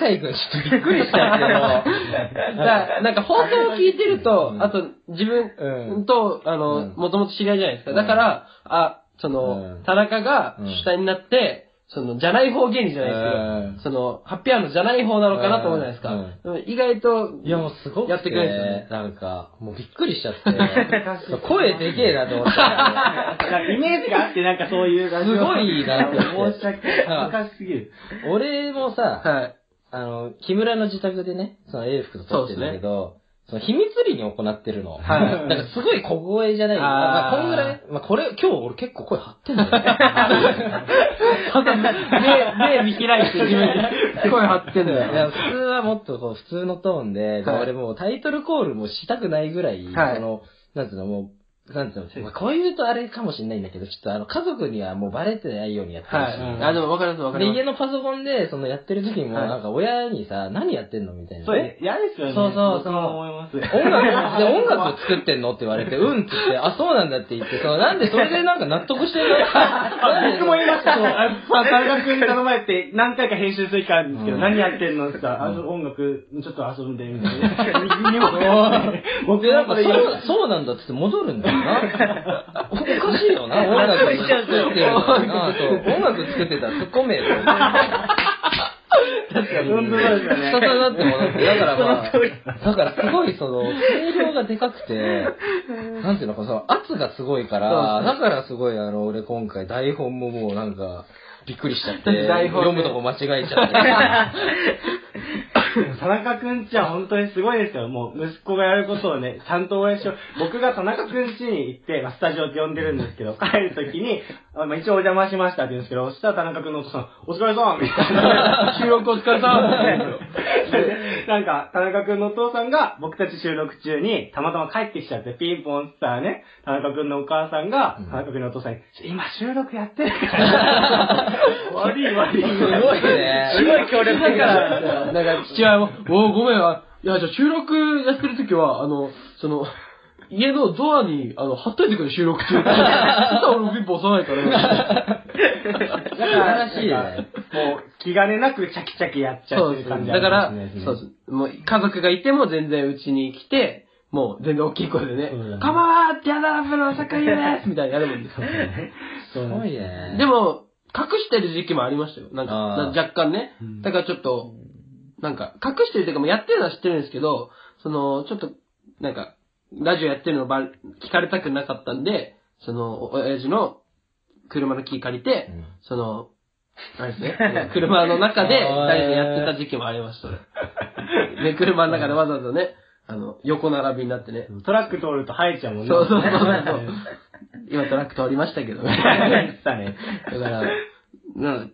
Speaker 3: 酒井くんちょっとびっくりしたけど、
Speaker 2: だからなんか放送を聞いてると
Speaker 3: う、ん
Speaker 2: あと自
Speaker 3: う
Speaker 2: 分と、あの、
Speaker 3: うん
Speaker 2: もともと知り合いじゃないですか。だから、あ、その、
Speaker 3: うん
Speaker 2: 田中が
Speaker 3: うん
Speaker 2: 主体になって、その、じゃない方芸人じゃないですけど、その、ハッピーアワーのじゃない方なのかなと思うじゃないですか。でも意外と、
Speaker 3: いやもうすごく
Speaker 2: やってくれるんですよね。
Speaker 3: なんか、もうびっくりしち ゃって、声でけえなと思った。
Speaker 1: なんかイメージがあって、なんかそういう感じ
Speaker 3: すごいなと思っ
Speaker 1: 申
Speaker 3: て
Speaker 1: し訳難しすぎる。
Speaker 3: 俺もさ、
Speaker 2: はい。
Speaker 3: あの、木村の自宅でね、その英服と撮ってるんだけど、その秘密裏に行ってる
Speaker 2: は
Speaker 3: の。
Speaker 2: い
Speaker 3: なんかすごい小声じゃない。
Speaker 2: あー
Speaker 3: まあ、こんぐらい。まあ、これ、今日俺結構声張ってんだ よ。
Speaker 2: 目、目見開いて自分で声張ってん の
Speaker 3: いや
Speaker 2: よ。
Speaker 3: 普通はもっとこう普通のトーンで、で
Speaker 2: はい
Speaker 3: 俺もうタイトルコールもしたくないぐらい、
Speaker 2: はい
Speaker 3: その、なんつうの、もう、なんていうの、まあ、こう言うとあれかもしれないんだけど、ちょっとあの、家族にはもうバレてないようにやってるし、
Speaker 2: はい。あ、でもわかりますわか
Speaker 3: で、
Speaker 2: ります
Speaker 3: 家。のパソコンで、そのやってる時も、
Speaker 2: はい
Speaker 3: なんか親にさ、何やってんのみたいな。
Speaker 1: そう、嫌ですよね。
Speaker 3: そうそう
Speaker 1: 僕も思います。
Speaker 3: 音楽、で、音楽作ってんのって言わ れて、うんって言って、あ、そうなんだって言って、その、なんでそれでなんか納得して るの
Speaker 1: 僕も言いました。あまあ、田中君に頼まれて何回か編集する時あるんですけど、
Speaker 3: うん
Speaker 1: 何やってんのって言ったら、あの音楽、ちょっと遊んで、みたい な。僕
Speaker 3: で、
Speaker 1: な
Speaker 3: なん
Speaker 1: ん
Speaker 3: か
Speaker 1: か
Speaker 3: そ
Speaker 1: そうう、、
Speaker 3: そうなんだって言って戻るんだよ な。おかしいよな、音楽作ってるのかな。そう音楽作ってたら突っ込めよ。確かに。
Speaker 1: 本当そうですよね
Speaker 3: 再なって戻って、だからまあ、だからすごいその、声量がでかくて、なんていうのか、その圧がすごいから、だからすごいあの、俺今回台本ももうなんか、びっくりしちゃって、
Speaker 2: 台本ね
Speaker 3: 読むとこ間違えち ゃって。
Speaker 1: 田中君ちは本当にすごいですよ。もう、息子がやることを ね、ちゃんと応援しよう。僕が田中君ちに行って、まあスタジオって呼んでるんです けど、帰るときに、あまあ、一応お邪魔しましたって言うんですけど、そしたら田中君のお父さん、お疲れ様みたい な。 収録お疲れ様なんか、田中くんのお父さんが、僕たち収録中に、たまたま帰ってきちゃって、ピンポンって言ったらね、田中くんのお母さんが、
Speaker 3: うん
Speaker 1: 田中くんのお父さんに、今収録やってる から。 悪い悪い。
Speaker 3: すごいね。すごい協力的
Speaker 2: なん
Speaker 3: だ
Speaker 2: か父親も、おーごめんわ。いや、じゃあ収録やってる時は、あの、その、家のドアに、あの、貼っといてくれ、収 録中。そしたら俺もピンポン押さないか
Speaker 1: だ
Speaker 2: ら。
Speaker 1: か
Speaker 3: から
Speaker 1: ら、
Speaker 3: しいね。
Speaker 1: もう、気兼ねなくチャキチャキやっちゃ
Speaker 2: そうう
Speaker 1: って
Speaker 2: で
Speaker 1: る
Speaker 2: す
Speaker 1: 感
Speaker 2: ね。
Speaker 1: じ
Speaker 2: だから
Speaker 3: ね、
Speaker 2: そうです。もう、家族がいても全然うちに来て、もう全然大きい声でね、カバーティアナラブの酒井優ですみたいにやるもんですよ。
Speaker 3: すごいね。
Speaker 2: でも、隠してる時期もありましたよ。なんか、
Speaker 3: あー
Speaker 2: なんか若干ね。だからちょっと、なんか、隠してるというか、もうやってるのは知ってるんですけど、その、ちょっと、なんか、ラジオやってるのばれ聞かれたくなかったんで、その、お親父の車のキー借りて、
Speaker 3: うん
Speaker 2: その、あれです ね、車の中で
Speaker 3: あー
Speaker 2: 二人でやってた時期もありましたね。ね、車の中でわざわざね、あの、横並びになってね、
Speaker 1: トラック通ると生えちゃうもんね。
Speaker 2: そうそうそうそう
Speaker 1: ね
Speaker 2: 今トラック通りましたけどね。
Speaker 1: 言ってたね。
Speaker 2: だから、なん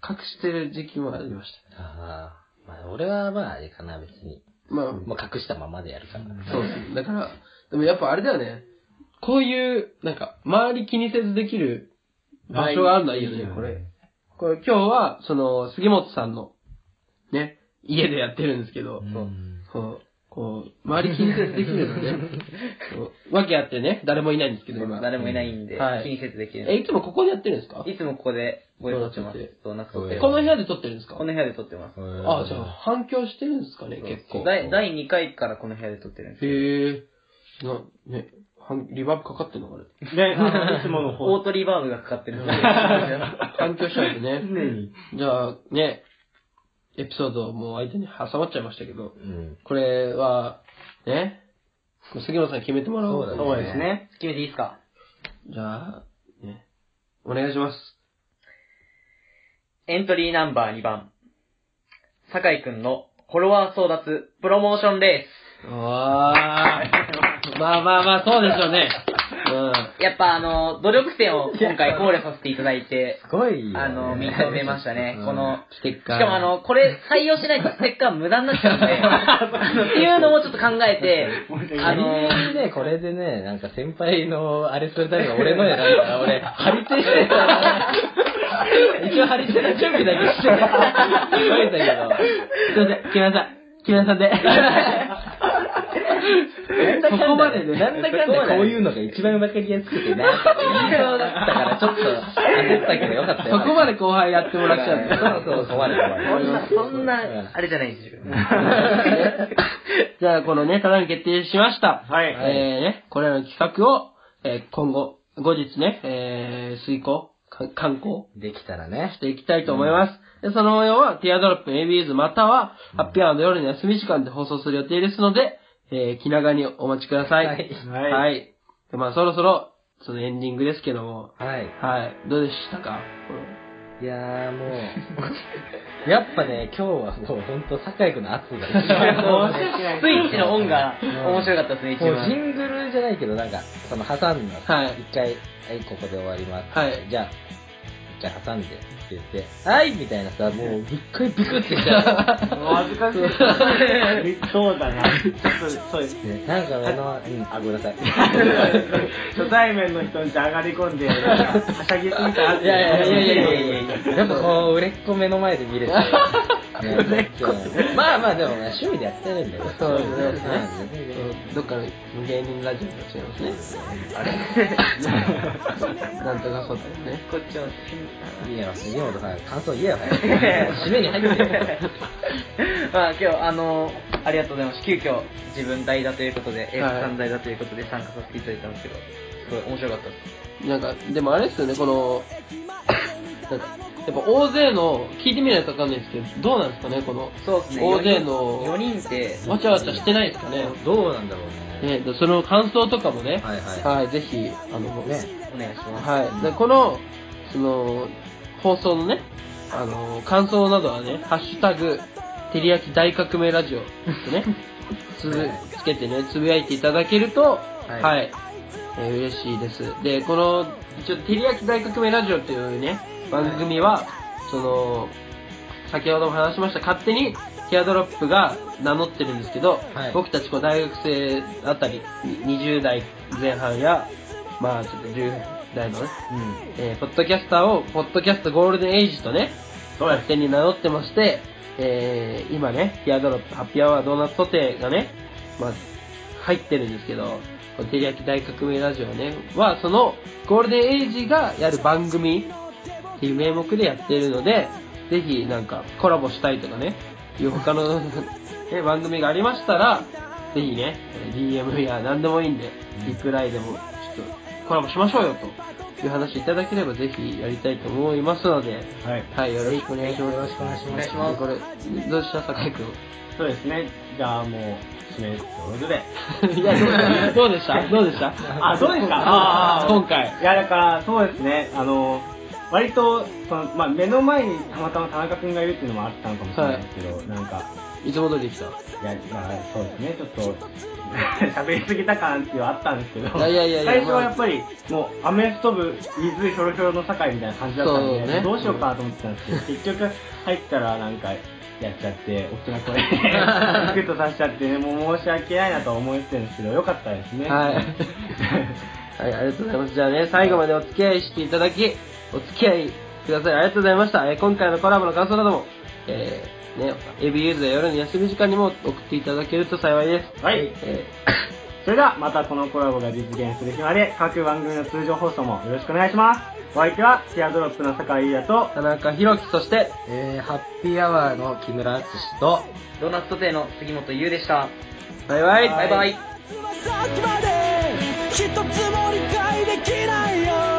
Speaker 2: か隠してる時期もありまし
Speaker 3: ああ、まあ俺はまああれかな、別に。
Speaker 2: た。まあ、
Speaker 3: まあ隠したままでやるから。
Speaker 2: そうですね。だから、でもやっぱあれだよね。こういう、なんか、周り気にせずできる場所があるのはいいよね、これ。これ今日は、その、杉本さんの、ね、家でやってるんですけど、こう、こう、周り気にせずできるのね。そうわけあってね、誰もいないんですけど、今。
Speaker 4: 誰もいないんで、
Speaker 2: はい
Speaker 4: 気にせずできるん
Speaker 2: え、
Speaker 4: で
Speaker 2: いつもここでやってるんですか
Speaker 4: す。いつもここでご用意してます
Speaker 2: そうなんで。
Speaker 4: ドーナツ撮って
Speaker 3: え
Speaker 4: る。
Speaker 2: こ
Speaker 4: こ
Speaker 2: の部屋で撮ってるんですか
Speaker 4: の部屋で撮ってます。
Speaker 2: あ、じゃあ反響してるんですかね、結構。
Speaker 4: 第第2回からこの部屋で撮ってるんですよ。
Speaker 2: へえ。な、ね、反リバーブかかってんの かね。
Speaker 1: で、あのいつもの
Speaker 4: オ
Speaker 1: 方
Speaker 4: ートリバーブがかかってるんですよ。
Speaker 2: 反響しちゃうんでね。
Speaker 1: 常に。
Speaker 2: じゃあね、エピソードもう相手に挟まっちゃいましたけど、
Speaker 3: うん。
Speaker 2: これは、ね、杉野さん決めてもらおうかな
Speaker 1: そうですね。
Speaker 4: 決めていいですか
Speaker 2: じゃあ、ね、お願いします。
Speaker 4: エントリーナンバー2番。酒井くんのフォロワー争奪プロモーションレ
Speaker 2: わー。まあまあまあ、そうでしょうね。
Speaker 4: ース。やっぱあの、努力点を今回考慮させていただいて、
Speaker 3: すごいよね。
Speaker 4: あの、認めましたね。こ
Speaker 2: う
Speaker 4: の、
Speaker 2: ん。来てっ
Speaker 4: し
Speaker 2: か。
Speaker 4: かもあ、の、これ採用しないとステッカー無駄になっちゃうんで、あのっていうのもちょっと考え て、あ
Speaker 3: あの
Speaker 4: の、
Speaker 3: ね、これでね、なんか先輩の、あれするために俺の選んだら、俺、張り手してたな。一応張り手の準備だけしてた。すごいんだけ
Speaker 2: すいません、木村さん。木村さんで。
Speaker 3: ど。
Speaker 2: ここまでね。
Speaker 3: なんだかんだこういうのが一番分かりやすくてな、言いそうだったから、ちょっと焦ったけどよかった
Speaker 2: そ
Speaker 3: よ。
Speaker 2: こまで後輩やってもらっちゃうんだ
Speaker 3: そうそう、困る困
Speaker 4: そん
Speaker 3: る
Speaker 4: な、。そんな、あれじゃないん ですよ。
Speaker 2: じゃあ、このね、ただに決定しました。
Speaker 1: はい
Speaker 2: えーね、これらの企画を、えー今後、後日ね、えー、遂行、か観光
Speaker 3: できたらね
Speaker 2: し。ていきたいと思います。でその模様は、ティアドロップ、エビーズ、または、ハッピーアワーの夜の休み時間で放送する予定ですので、えー、気長にお待ちください。
Speaker 3: はい
Speaker 1: はい
Speaker 2: はいでまあ、そろそろ、そのエンディングですけども、
Speaker 3: はい。
Speaker 2: はい、どうでし たかこの
Speaker 3: いやーもう、やっぱね、今日はもうほんと酒井君の圧が一番
Speaker 1: もう
Speaker 3: も
Speaker 4: スイッチの音が面白かったですね、一
Speaker 3: うジ
Speaker 4: 番。
Speaker 3: ングルじゃないけど、なんか、その挟んだ、
Speaker 2: はい
Speaker 3: 一回、はい、ここで終わります。
Speaker 2: はい
Speaker 3: じゃあ、回挟んで、って言って、はいみたいなさ、もう、びっくりびくってし ちゃう。
Speaker 1: 恥ずかしい。そうだな。ちょっと、そうです。
Speaker 3: ねなんか俺の、うん、あ、ごめんなさい。
Speaker 1: 初対面の人に上がり込んで、はしゃぎすぎたなって
Speaker 3: いやいやいやいやいやいややっぱこう、売れっ子目の前で見れ て。ねまあまあでもね、趣味でやってるんだよ。
Speaker 2: そうですね
Speaker 3: うん全然
Speaker 2: どっかの芸人ラジオと違いますね。あれなんとかそうだよね。
Speaker 4: こっちも。
Speaker 3: いいや、杉本さん、感想言えよ、早 く。締めに入ってるよ。
Speaker 4: まあ今日あのありがとうございます。急遽自分代打ということで、英語さん代打ということで参加させていただいたんですけど、すごい面白かったです。
Speaker 2: なんか、でもあれですよね、この、なんか、やっぱ大勢の、聞いてみないとわかんないですけど、どうなんですかね、この、
Speaker 4: そうですね。
Speaker 2: 大勢の
Speaker 4: 4人って、
Speaker 2: わちゃわちゃしてないですかね。
Speaker 3: どうなんだろうね。
Speaker 2: ね、でその感想とかもね、
Speaker 3: はいはい
Speaker 2: はい、ぜひ、あの、ね、
Speaker 4: お願いします。
Speaker 2: はい、でこの、その、放送のね、あの、感想などはね、ハッシュタグ、てりやき大革命ラジオと ね、つぶ、つけてね、つぶやいていただけると、はい、
Speaker 3: い
Speaker 2: えー嬉しいです。で、この、一応、てりやき大革命ラジオっていうね、番組は、その、先ほども話しました、勝手に、ティアドロップが名乗ってるんですけど、
Speaker 3: はい
Speaker 2: 僕たちこう大学生あたり、に20代前半や、まあちょっと10代のね、
Speaker 3: うん。
Speaker 2: えーポッドキャスターを、ポッドキャストゴールデンエイジとね、勝手に名乗ってまして、えー今ね、ティアドロップ、ハッピーアワードーナツソテーがね、まあ、入ってるんですけど、このテリヤキ大革命ラジオね、は、その、ゴールデンエイジがやる番組っていう名目でやってるので、ぜひなんかコラボしたいとかね、いう他 の、ね、番組がありましたら、ぜひね、DM や何でもいいんで、リプライでも、ちょっとコラボしましょうよという話いただければぜひやりたいと思いますので、
Speaker 1: はい。
Speaker 2: はい、よろしくお願いします。
Speaker 3: よろしくお願いします
Speaker 4: お願いします
Speaker 2: これ、どうした酒井君。
Speaker 1: そうですね。じゃあもう、締めということで。
Speaker 2: いや、どうでしたどうでした
Speaker 1: あ、そうですか
Speaker 2: あー今回。
Speaker 1: いや、だから、そうですね。あの、割と、その、まあ、目の前にたまたま田中くんがいるっていうのもあったのかもしれないですけど、なんか、
Speaker 2: いつも通りできた。
Speaker 1: いや、まあ、そうですね、ちょっと、 喋りすぎた感っていうのはあったんですけど、
Speaker 2: いやいやいやいや
Speaker 1: 最初はやっぱり、もう、アメフト部、水ひょろひょろの境みたいな感じだったん
Speaker 2: そ
Speaker 1: で、
Speaker 2: うね
Speaker 1: どうしようかと思ってたんですけど、結局、入ったらなんか、やっちゃって、大きな声で、リクエストさせちゃってね、もう申し訳ないなとは思ってるんですけど、よかったですね。
Speaker 2: は いはい、ありがとうございます。じゃあね、最後までお付き合いしていただき、お付き合いください。ありがとうございました。えー今回のコラボの感想なども、えー、ね、エビユーズや夜の休み時間にも送っていただけると幸いです。
Speaker 1: はい
Speaker 2: え
Speaker 1: それではまたこのコラボが実現する日まで各番組の通常放送もよろしくお願いします。お相手はティアドロップの坂井優也と
Speaker 2: ー、田中宏樹、そして、
Speaker 3: えー、ハッピーアワーの木村敦史と、
Speaker 4: ドーナツソテーの杉本優でした。
Speaker 2: バイバイ。
Speaker 4: バイバイ。
Speaker 6: つま先まで一つも理解できないよ